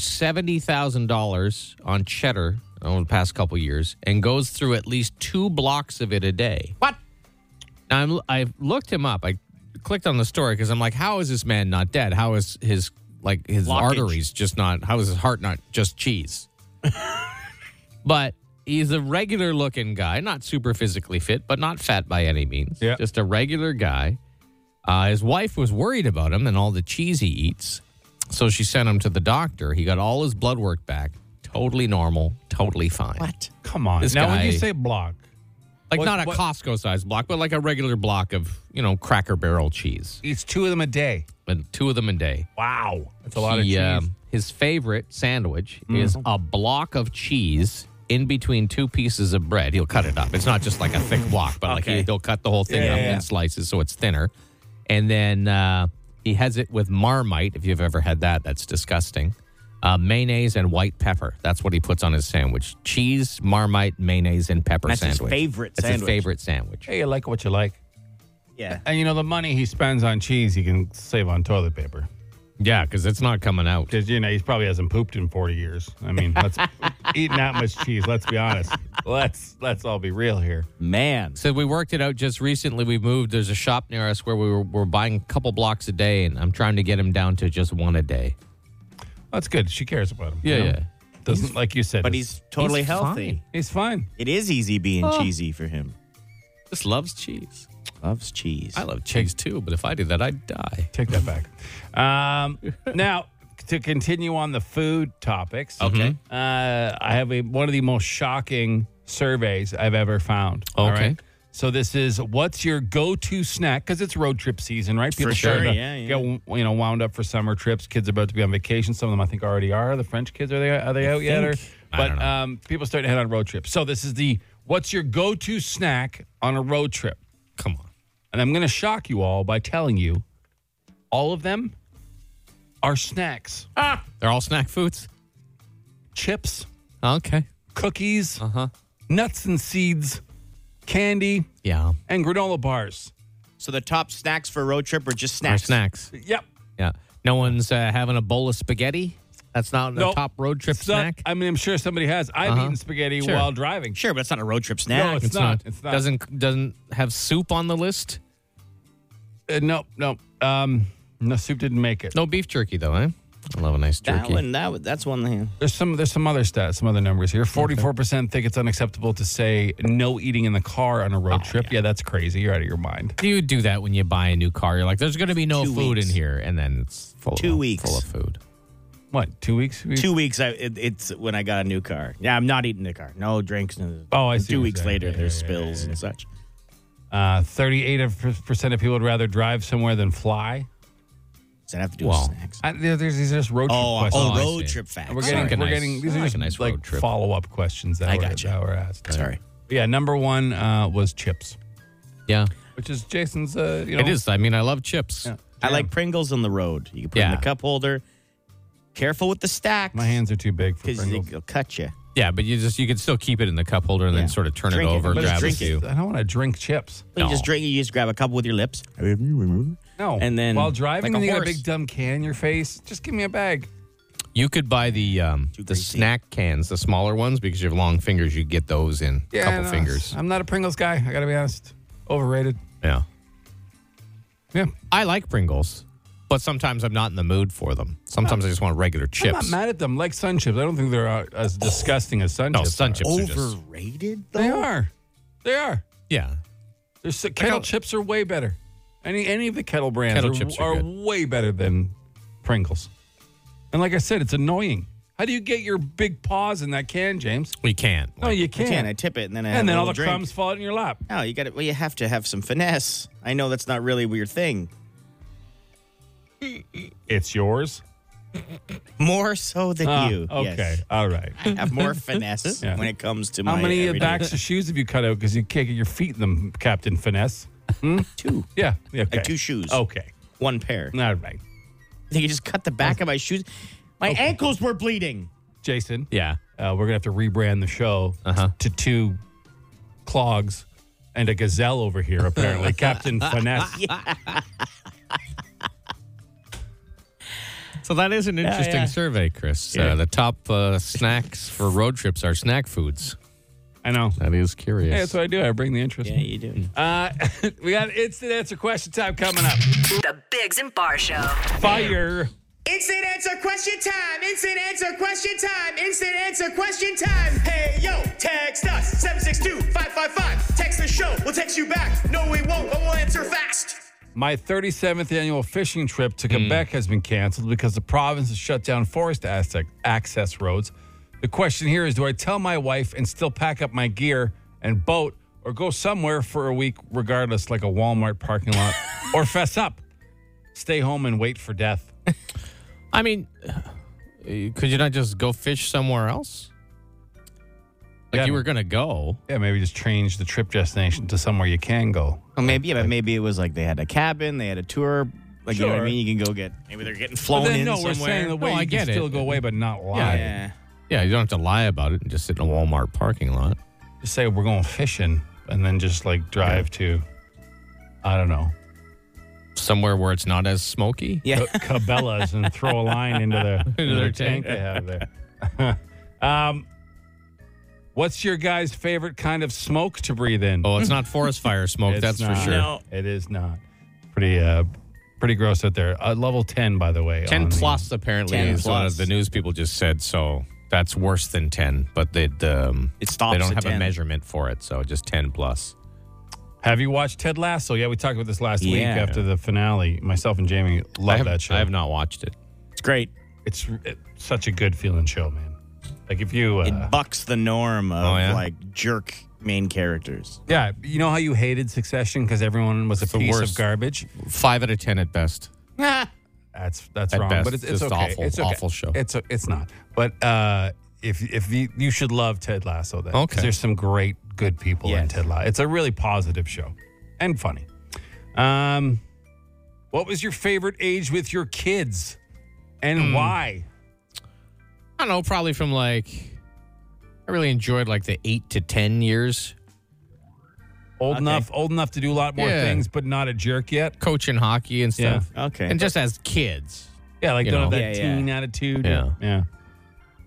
Speaker 4: $70,000 on cheddar over the past couple years and goes through at least two blocks of it a day. What? Now, I'm, I looked him up. I clicked on the story because I'm like, how is this man not dead? How is his like his
Speaker 3: Blockage.
Speaker 4: arteries just not? How is his heart not just cheese? but he's a regular looking guy, not super physically fit, but not fat by any means.
Speaker 2: Yeah.
Speaker 4: Just a regular guy. Uh, his wife was worried about him and all the cheese he eats. So she sent him to the doctor. He got all his blood work back. Totally normal, totally fine.
Speaker 3: What?
Speaker 2: Come on.
Speaker 4: This
Speaker 2: now when
Speaker 4: guy-
Speaker 2: you say block,
Speaker 4: Like
Speaker 2: What-
Speaker 4: not a
Speaker 2: what-
Speaker 4: Costco sized block, but like a regular block of, you know, cracker barrel cheese.
Speaker 2: it's two of them a day.
Speaker 4: And two of them a day.
Speaker 2: Wow. That's a lot of
Speaker 4: He,
Speaker 2: cheese. Mm.
Speaker 4: um, his favorite sandwich is a block of cheese in between two pieces of bread. He'll cut it up. It's not just like a thick block, but like
Speaker 3: Okay.
Speaker 4: he, he'll cut the whole thing
Speaker 2: Yeah,
Speaker 4: up
Speaker 2: yeah, yeah.
Speaker 4: in slices so it's thinner. And then uh, he has it with Marmite. If you've ever had that, that's disgusting. Uh, mayonnaise and white pepper. That's what he puts on his sandwich. Cheese, Marmite, mayonnaise, and pepper
Speaker 3: That's his
Speaker 4: sandwich.
Speaker 3: favorite
Speaker 4: That's
Speaker 3: sandwich.
Speaker 4: his favorite sandwich.
Speaker 2: hey, you like what you like.
Speaker 3: Yeah.
Speaker 2: And you know the money he spends on cheese he can save on toilet paper.
Speaker 4: Yeah, because it's not coming out.
Speaker 2: Because you know, he probably hasn't pooped in forty years. I mean, let's eating that much cheese, let's be honest. Let's let's all be real here.
Speaker 3: Man.
Speaker 4: So we worked it out just recently. We moved. There's a shop near us where we were, were buying a couple blocks a day, and I'm trying to get him down to just one a day.
Speaker 2: That's good. She cares about him.
Speaker 4: Yeah,
Speaker 2: you know?
Speaker 4: yeah.
Speaker 2: Doesn't like you said.
Speaker 3: But
Speaker 2: it's-
Speaker 3: he's totally
Speaker 4: He's
Speaker 3: healthy.
Speaker 4: fine.
Speaker 2: he's fine. Oh.
Speaker 3: It is easy being cheesy for him.
Speaker 4: Just loves cheese.
Speaker 3: Loves cheese.
Speaker 4: I love cheese too, but if I did that, I'd die.
Speaker 2: Take that back. Um, now, to continue on the food topics, okay. Uh, I have a, one of the most shocking surveys I've ever found. all
Speaker 4: Okay.
Speaker 2: right? So this is what's your go-to snack because it's road trip season, right? People
Speaker 3: sure,
Speaker 2: starting to
Speaker 3: yeah, yeah.
Speaker 2: get you know wound up for summer trips. Kids about to be on vacation. Some of them I think already are. The French kids are they are they out yet? Or, but um, people starting to head on road trips. So this is the what's your go-to snack on a road trip?
Speaker 4: Come on.
Speaker 2: And I'm going to shock you all by telling you all of them are snacks
Speaker 4: They're all snack foods.
Speaker 2: chips,
Speaker 4: Oh, Okay.
Speaker 2: cookies,
Speaker 4: Uh-huh.
Speaker 2: nuts and seeds, candy,
Speaker 4: Yeah.
Speaker 2: and granola bars.
Speaker 3: so the top snacks for a road trip are just
Speaker 4: Or
Speaker 3: snacks.
Speaker 4: snacks.
Speaker 2: Yep.
Speaker 4: Yeah. No one's uh, having a bowl of spaghetti. That's not the
Speaker 2: Nope.
Speaker 4: top road trip
Speaker 2: So-
Speaker 4: snack.
Speaker 2: I mean, I'm sure somebody has. I've
Speaker 4: Uh-huh.
Speaker 2: eaten spaghetti
Speaker 4: Sure.
Speaker 2: while driving.
Speaker 3: Sure, but it's not a road trip
Speaker 2: No,
Speaker 3: snack.
Speaker 2: it's, not. It's not.
Speaker 4: Doesn't doesn't have soup on the list.
Speaker 2: Uh, no, no. Um, no soup didn't make it.
Speaker 4: No beef jerky though, eh? I love a nice
Speaker 3: that
Speaker 4: jerky.
Speaker 3: one. That one- that's one thing.
Speaker 2: There's some. There's some other stats. Some other numbers here. Forty-four percent think it's unacceptable to say no eating in the car on a road
Speaker 4: Ah,
Speaker 2: trip. Yeah. that's crazy. You're out of your mind.
Speaker 4: Do you do that when you buy a new car? You're like, there's going to be no
Speaker 3: Two
Speaker 4: food
Speaker 3: weeks.
Speaker 4: in here, and then it's full
Speaker 3: Two
Speaker 4: of,
Speaker 3: weeks.
Speaker 4: full of food.
Speaker 2: What? Two weeks?
Speaker 3: Two weeks. I, it, it's when I got a new car. Yeah, I'm not eating the car. No drinks. No,
Speaker 2: Oh, I
Speaker 3: And
Speaker 2: see
Speaker 3: Two
Speaker 2: what
Speaker 3: weeks
Speaker 2: you're saying.
Speaker 3: later,
Speaker 2: Yeah,
Speaker 3: there's
Speaker 2: yeah,
Speaker 3: spills and such.
Speaker 2: Uh, Thirty-eight percent of people would rather drive somewhere than fly.
Speaker 3: Does that have to do
Speaker 4: Wow.
Speaker 3: with snacks?
Speaker 2: I, there- there's these are just road trip
Speaker 3: Oh,
Speaker 2: questions.
Speaker 3: oh,
Speaker 4: I
Speaker 3: road
Speaker 4: see.
Speaker 3: trip facts.
Speaker 2: We're
Speaker 4: I
Speaker 2: getting,
Speaker 4: like a
Speaker 2: we're
Speaker 4: nice-
Speaker 2: getting these
Speaker 4: I
Speaker 2: are
Speaker 4: like
Speaker 2: just
Speaker 4: a nice
Speaker 2: like
Speaker 4: road trip.
Speaker 2: follow-up questions that
Speaker 3: I
Speaker 2: were
Speaker 3: gotcha.
Speaker 2: that were asked.
Speaker 3: Sorry.
Speaker 2: Yeah, number one uh, was chips,
Speaker 4: Yeah,
Speaker 2: which is Jason's. Uh, you know,
Speaker 4: it is. I mean, I love chips.
Speaker 3: I like Pringles on the road. You can put it in
Speaker 4: Yeah.
Speaker 3: the cup holder. Careful with the stacks.
Speaker 2: My hands are too big for
Speaker 3: Because
Speaker 2: Pringles.
Speaker 3: they'll cut you.
Speaker 4: Yeah, but you just you could still keep it in the cup holder and
Speaker 3: Yeah.
Speaker 4: then sort of turn
Speaker 3: Drink it,
Speaker 4: it over,
Speaker 3: but
Speaker 2: it's
Speaker 4: grab a
Speaker 3: drink it.
Speaker 4: few.
Speaker 2: I don't want to drink chips.
Speaker 3: You just drink. it. You just grab a cup with your lips.
Speaker 2: No.
Speaker 3: And then-
Speaker 2: while driving,
Speaker 4: Like a
Speaker 2: and you got a
Speaker 4: horse.
Speaker 2: big dumb can in your face. Just give me a bag.
Speaker 4: You could buy the um, the
Speaker 3: greasy.
Speaker 4: snack cans, the smaller ones, because you have long fingers. You get those in a couple
Speaker 2: no,
Speaker 4: fingers.
Speaker 2: I'm not a Pringles guy. I got to be honest. Overrated.
Speaker 4: Yeah,
Speaker 2: Yeah.
Speaker 4: I like Pringles, but sometimes I'm not in the mood for them. Sometimes I just want regular
Speaker 2: I'm not
Speaker 4: chips.
Speaker 2: mad at them. Like sun chips. I don't think they're uh, as disgusting as sun
Speaker 4: no,
Speaker 2: chips.
Speaker 4: sun
Speaker 2: are.
Speaker 4: chips are just
Speaker 3: Overrated though.
Speaker 2: They are. They are.
Speaker 4: yeah.
Speaker 2: They're so, kettle
Speaker 4: don't-
Speaker 2: chips are way better. Any any of the kettle brands
Speaker 4: Kettle
Speaker 2: are,
Speaker 4: chips are
Speaker 2: are
Speaker 4: good.
Speaker 2: way better than Pringles. And like I said, it's annoying. How do you get your big paws in that can, James?
Speaker 4: We can't.
Speaker 2: No, you
Speaker 3: I
Speaker 2: can't.
Speaker 3: can. I tip it and then I have
Speaker 2: and then
Speaker 3: a
Speaker 2: all the
Speaker 3: little drink.
Speaker 2: crumbs fall out in your lap.
Speaker 3: No, you got to Well, you have to have some finesse. I know that's not really your thing.
Speaker 2: It's yours.
Speaker 3: More so than you.
Speaker 2: Ah, Okay.
Speaker 3: Yes.
Speaker 2: All right.
Speaker 3: I have more finesse
Speaker 2: Yeah.
Speaker 3: when it comes to
Speaker 2: How
Speaker 3: my uh,
Speaker 2: many uh,
Speaker 3: everyday-
Speaker 2: backs of shoes have you cut out because you can't get your feet in them, Captain Finesse?
Speaker 3: Two.
Speaker 2: Yeah. yeah
Speaker 3: I
Speaker 2: okay.
Speaker 3: have two shoes.
Speaker 2: Okay.
Speaker 3: one pair.
Speaker 2: All right.
Speaker 3: They just cut the back of my shoes. My ankles were bleeding.
Speaker 2: Jason,
Speaker 4: Yeah.
Speaker 2: uh, we're going to have to rebrand the show
Speaker 4: Uh-huh.
Speaker 2: to two clogs and a gazelle over here, apparently. Captain Finesse.
Speaker 4: So that is an interesting survey, Chris. Uh, the top uh, snacks for road trips are snack foods.
Speaker 2: I know.
Speaker 4: That is curious.
Speaker 2: Hey, that's what I do. I bring the interest.
Speaker 3: Yeah, you do.
Speaker 2: Uh, we got instant answer question time coming up.
Speaker 1: The Bigs and Bar Show.
Speaker 2: Fire.
Speaker 10: Instant answer question time. Instant answer question time. Instant answer question time. Hey, yo, text us 762 555. Text the show. We'll text you back. No, we won't, but we'll answer fast.
Speaker 2: My 37th annual fishing trip to Quebec has been canceled because the province has shut down forest asset- access roads. The question here is do I tell my wife and still pack up my gear and boat or go somewhere for a week, regardless, like a Walmart parking lot, or fess up, stay home and wait for death?
Speaker 4: I mean, uh, could you not just go fish somewhere else? Like
Speaker 2: Yeah.
Speaker 4: you were going to go.
Speaker 2: Yeah, maybe just change the trip destination to somewhere you can go.
Speaker 3: Well, maybe, yeah, but maybe it was like they had a cabin, they had a tour. Like, you know what
Speaker 2: Sure.
Speaker 3: I mean? You can go get. Maybe they're getting
Speaker 2: But
Speaker 3: flown
Speaker 2: then,
Speaker 3: in
Speaker 2: no,
Speaker 3: somewhere.
Speaker 2: we're saying the way
Speaker 4: No,
Speaker 2: you
Speaker 4: I
Speaker 2: can
Speaker 4: get it.
Speaker 2: still go away, but not lie.
Speaker 3: yeah.
Speaker 4: Yeah, you don't have to lie about it and just sit in a Walmart parking lot.
Speaker 2: Just say we're going fishing and then just like drive to, I don't know,
Speaker 4: Somewhere where it's not as smoky.
Speaker 3: Yeah.
Speaker 2: Cabela's and throw a line into the into their
Speaker 4: their
Speaker 2: tank
Speaker 4: tank.
Speaker 2: they have there. um, what's your guy's favorite kind of smoke to breathe in?
Speaker 4: Oh, it's not forest fire smoke,
Speaker 2: It's
Speaker 4: that's
Speaker 2: not.
Speaker 4: for sure.
Speaker 2: It is not. Pretty uh, pretty gross out there. Uh, level ten, by the way.
Speaker 4: 10
Speaker 2: on the-
Speaker 4: plus, apparently,
Speaker 3: 10
Speaker 4: is what
Speaker 3: plus.
Speaker 4: the news people just said. So that's worse than 10, but they, um,
Speaker 3: It stops
Speaker 4: they don't
Speaker 3: at
Speaker 4: have a
Speaker 3: 10.
Speaker 4: measurement for it. So just 10 plus.
Speaker 2: Have you watched Ted Lasso? Yeah, we talked about this last week
Speaker 3: Yeah.
Speaker 2: after the finale. Myself and Jamie
Speaker 4: I
Speaker 2: love
Speaker 4: have,
Speaker 2: that show.
Speaker 4: I have not watched it.
Speaker 3: It's great.
Speaker 2: It's, it's such a good feeling show, man. Like if you,
Speaker 3: It
Speaker 2: uh,
Speaker 3: bucks the norm of
Speaker 4: Oh, yeah?
Speaker 3: like jerk main characters.
Speaker 2: yeah, you know how you hated Succession because everyone was a
Speaker 4: It's the
Speaker 2: piece of
Speaker 4: worst.
Speaker 2: garbage.
Speaker 4: Five out of 10 at best.
Speaker 2: That's that's
Speaker 4: At
Speaker 2: wrong,
Speaker 4: best,
Speaker 2: but it's, it's
Speaker 4: just
Speaker 2: okay.
Speaker 4: awful,
Speaker 2: it's okay.
Speaker 4: awful show.
Speaker 2: It's it's not. But uh, if if you, you should love Ted Lasso, then 'cause
Speaker 4: Okay.
Speaker 2: there's some great good people in
Speaker 3: Yes.
Speaker 2: Ted Lasso. It's a really positive show and funny. Um, what was your favorite age with your kids, and
Speaker 4: Hmm.
Speaker 2: why?
Speaker 4: I don't know, probably from like I really enjoyed like the eight to ten years
Speaker 2: Old enough, old enough to do a lot more
Speaker 4: Yeah.
Speaker 2: things, but not a jerk yet.
Speaker 4: coaching hockey and stuff,
Speaker 3: Okay.
Speaker 4: and just as kids,
Speaker 2: Yeah, like
Speaker 4: you
Speaker 2: don't
Speaker 4: know.
Speaker 2: have that
Speaker 3: Yeah, yeah.
Speaker 2: teen attitude.
Speaker 4: Yeah.
Speaker 2: yeah,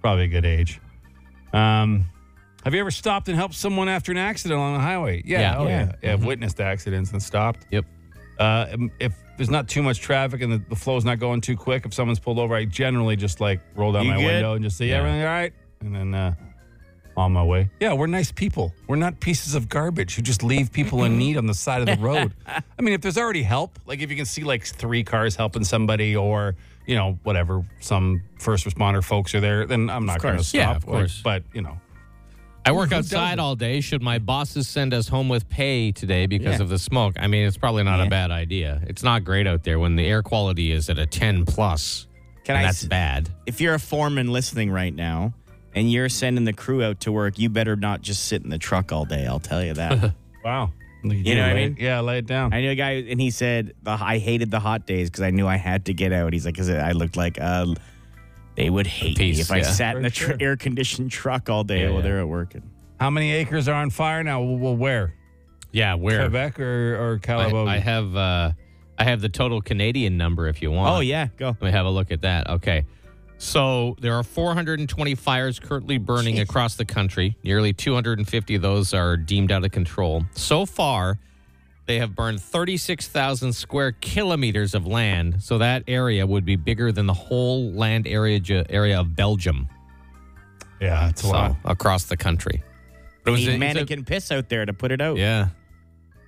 Speaker 2: probably a good age. Um, have you ever stopped and helped someone after an accident on the highway? Yeah,
Speaker 4: Yeah.
Speaker 2: oh, yeah.
Speaker 4: Yeah.
Speaker 2: Yeah, I've witnessed accidents and stopped.
Speaker 4: Yep.
Speaker 2: Uh, um, if there's not too much traffic and the, the flow's not going too quick, if someone's pulled over, I generally just like roll down
Speaker 3: You
Speaker 2: my
Speaker 3: good?
Speaker 2: window and just say,
Speaker 4: Yeah.
Speaker 2: everything all right? And then uh, on my way. Yeah, we're nice people. We're not pieces of garbage who just leave people in need on the side of the road. I mean, if there's already help, like if you can see like three cars helping somebody or, you know, whatever, some first responder folks are there, then I'm not going to
Speaker 4: course.
Speaker 2: stop.
Speaker 4: Yeah, of
Speaker 2: Like,
Speaker 4: course.
Speaker 2: But, you know,
Speaker 4: I work outside all day. Should my bosses send us home with pay today because
Speaker 3: Yeah.
Speaker 4: of the smoke? I mean, it's probably not a bad idea. It's not great out there when the air quality is at a 10 plus.
Speaker 3: Can
Speaker 4: and
Speaker 3: I
Speaker 4: that's
Speaker 3: s-
Speaker 4: bad.
Speaker 3: if you're a foreman listening right now and you're sending the crew out to work, you better not just sit in the truck all day. I'll tell you that.
Speaker 2: wow.
Speaker 3: You know what I
Speaker 2: Lay it-
Speaker 3: mean?
Speaker 2: Yeah, lay it down.
Speaker 3: I knew a guy, and he said the, I hated the hot days because I knew I had to get out. He's like, because I looked like uh, they would hate
Speaker 4: Piece,
Speaker 3: me if I
Speaker 4: yeah.
Speaker 3: sat in
Speaker 2: For
Speaker 3: a tr-
Speaker 2: sure.
Speaker 3: air conditioned truck all day
Speaker 4: Yeah,
Speaker 3: while
Speaker 4: yeah.
Speaker 3: they're at work. And
Speaker 2: How many acres are on fire now? Well, where?
Speaker 4: Yeah, where?
Speaker 2: Quebec or, or
Speaker 4: I,
Speaker 2: Calabogie?
Speaker 4: I have uh, I have the total Canadian number if you want.
Speaker 3: oh yeah, go.
Speaker 4: Let me have a look at that. Okay. So there are 420 fires currently burning across the country. Nearly 250 of those are deemed out of control. So far, they have burned 36,000 square kilometers of land. So that area would be bigger than the whole land area area of Belgium.
Speaker 2: yeah, it's a
Speaker 4: so
Speaker 2: lot.
Speaker 4: across the country. But it was
Speaker 3: Need
Speaker 4: a- it's a-
Speaker 3: mannequin piss out there to put it out.
Speaker 4: yeah.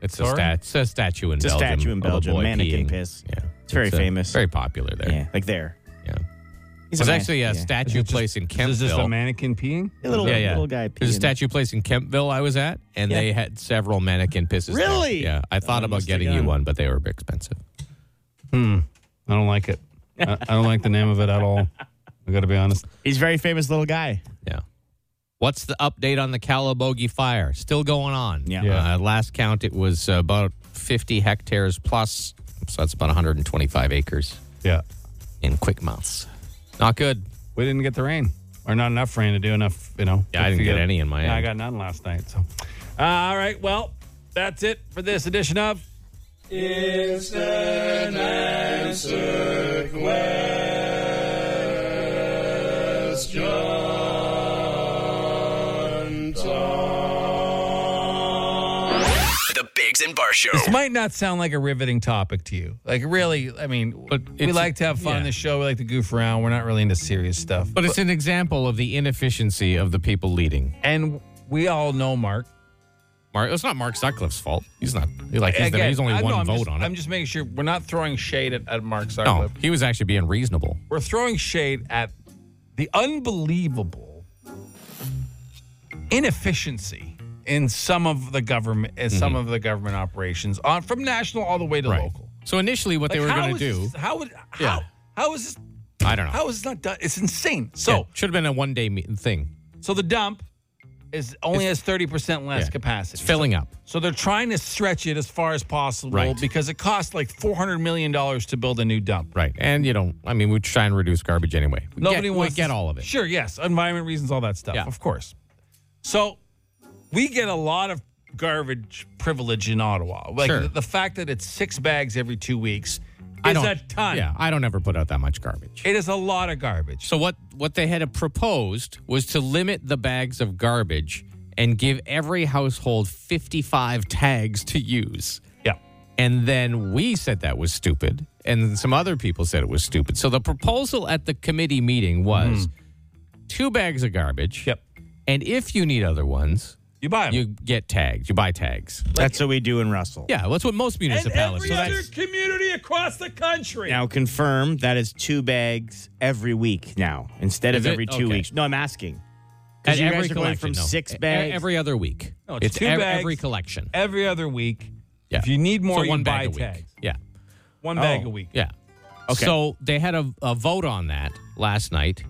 Speaker 4: It's a,
Speaker 2: Sorry?
Speaker 4: stat, it's a statue in
Speaker 3: It's a
Speaker 4: Belgium.
Speaker 3: statue in
Speaker 4: of a
Speaker 3: Belgium,
Speaker 4: boy
Speaker 3: mannequin
Speaker 4: peeing.
Speaker 3: piss.
Speaker 4: Yeah.
Speaker 3: It's very
Speaker 4: uh,
Speaker 3: famous.
Speaker 4: Very popular there.
Speaker 3: yeah, like there.
Speaker 4: Yeah.
Speaker 3: He's
Speaker 4: There's
Speaker 3: a man-
Speaker 4: actually a
Speaker 3: yeah.
Speaker 4: statue place in Kempville.
Speaker 2: Is this a mannequin peeing?
Speaker 3: A little,
Speaker 4: yeah, yeah.
Speaker 3: little guy.
Speaker 4: There's a
Speaker 3: peeing.
Speaker 4: statue place in Kempville I was at, and
Speaker 3: Yeah.
Speaker 4: they had several mannequin pisses. there.
Speaker 3: Really?
Speaker 4: Yeah. I thought
Speaker 3: I
Speaker 4: about
Speaker 3: must have
Speaker 4: getting you
Speaker 3: gone.
Speaker 4: one, but they were expensive.
Speaker 2: I don't like it. I, I don't like the name of it at all. I got to be honest.
Speaker 3: He's a very famous little guy.
Speaker 4: Yeah. What's the update on the Calabogie fire? Still going on.
Speaker 3: Yeah.
Speaker 2: Yeah.
Speaker 4: Uh, last count, it was about 50 hectares plus, so that's about 125 acres
Speaker 2: Yeah.
Speaker 4: in Quickmouths. Not good.
Speaker 2: We didn't get the rain or not enough rain to do enough, you know.
Speaker 4: Yeah, I didn't
Speaker 2: to
Speaker 4: get any in my
Speaker 2: Yeah, I
Speaker 4: end.
Speaker 2: got none last night. So, uh, all right. Well, that's it for this edition of.
Speaker 8: The Bigs and Bar Show.
Speaker 2: This might not sound like a riveting topic to you. Like, really, I mean,
Speaker 4: But
Speaker 2: we
Speaker 4: it's-
Speaker 2: like to have fun on
Speaker 4: yeah.
Speaker 2: the show. We like to goof around. We're not really into serious stuff.
Speaker 4: But it's an example of the inefficiency of the people leading.
Speaker 2: and we all know Mark.
Speaker 4: Mark, it's not Mark Sutcliffe's fault. He's not. Like he's,
Speaker 2: Again,
Speaker 4: he's only
Speaker 2: I know,
Speaker 4: one
Speaker 2: I'm
Speaker 4: vote
Speaker 2: just-
Speaker 4: on it.
Speaker 2: I'm just making sure we're not throwing shade at, at Mark Zuckerberg.
Speaker 4: no, he was actually being reasonable.
Speaker 2: we're throwing shade at the unbelievable inefficiency in some of the government in
Speaker 4: Mm-hmm.
Speaker 2: some of the government operations on from national all the way to local.
Speaker 4: So initially, what they were
Speaker 2: Like, how
Speaker 4: going to
Speaker 2: is
Speaker 4: do,
Speaker 2: this- how would
Speaker 4: Yeah.
Speaker 2: how how is this
Speaker 4: I don't know.
Speaker 2: how is this not done? It's insane. So
Speaker 4: so should have been a one day me- thing.
Speaker 2: so the dump is only has thirty percent less
Speaker 4: yeah.
Speaker 2: capacity.
Speaker 4: It's filling up.
Speaker 2: So they're trying to stretch it as far as possible
Speaker 4: Right.
Speaker 2: because it costs like four hundred million dollars to build a new dump.
Speaker 4: Right. And you know, I mean, we try and reduce garbage anyway. We
Speaker 2: Nobody
Speaker 4: get,
Speaker 2: wants
Speaker 4: we get
Speaker 2: to-
Speaker 4: all of it.
Speaker 2: Sure, yes, environment reasons, all that stuff,
Speaker 4: Yeah.
Speaker 2: of course. So we get a lot of garbage privilege in Ottawa. Like
Speaker 4: Sure.
Speaker 2: the, the fact that it's six bags every two weeks
Speaker 4: I
Speaker 2: is
Speaker 4: don't,
Speaker 2: a ton.
Speaker 4: Yeah, I don't ever put out that much garbage.
Speaker 2: It is a lot of garbage.
Speaker 4: So what what they had proposed was to limit the bags of garbage and give every household 55 tags to use.
Speaker 2: yeah,
Speaker 4: And then we said that was stupid. And then some other people said it was stupid. So the proposal at the committee meeting was two bags of garbage.
Speaker 2: Hmm. Yep.
Speaker 4: And if you need other ones,
Speaker 2: you buy them.
Speaker 4: you get tags. You buy tags.
Speaker 3: That's what we do in Russell.
Speaker 4: Yeah, that's what most
Speaker 2: and
Speaker 4: municipalities.
Speaker 2: every
Speaker 4: So
Speaker 2: other
Speaker 4: that's-
Speaker 2: community across the country.
Speaker 3: Now confirm that is two bags every week now instead of
Speaker 4: Is it?
Speaker 3: every two
Speaker 4: Okay.
Speaker 3: weeks. No, I'm asking.
Speaker 4: at
Speaker 3: Because you
Speaker 4: every
Speaker 3: guys are going
Speaker 4: collection,
Speaker 3: from
Speaker 4: no.
Speaker 3: six
Speaker 4: E-
Speaker 3: bags.
Speaker 4: every other week.
Speaker 2: No, it's
Speaker 4: it's
Speaker 2: two
Speaker 4: ev-
Speaker 2: bags.
Speaker 4: every collection.
Speaker 2: every other week,
Speaker 4: Yeah.
Speaker 2: if you need more,
Speaker 4: so
Speaker 2: you
Speaker 4: one
Speaker 2: buy
Speaker 4: bag a
Speaker 2: tags.
Speaker 4: week. Yeah.
Speaker 2: One bag
Speaker 3: Oh.
Speaker 2: a week.
Speaker 4: Yeah.
Speaker 3: Okay.
Speaker 4: So they had a, a vote on that last night,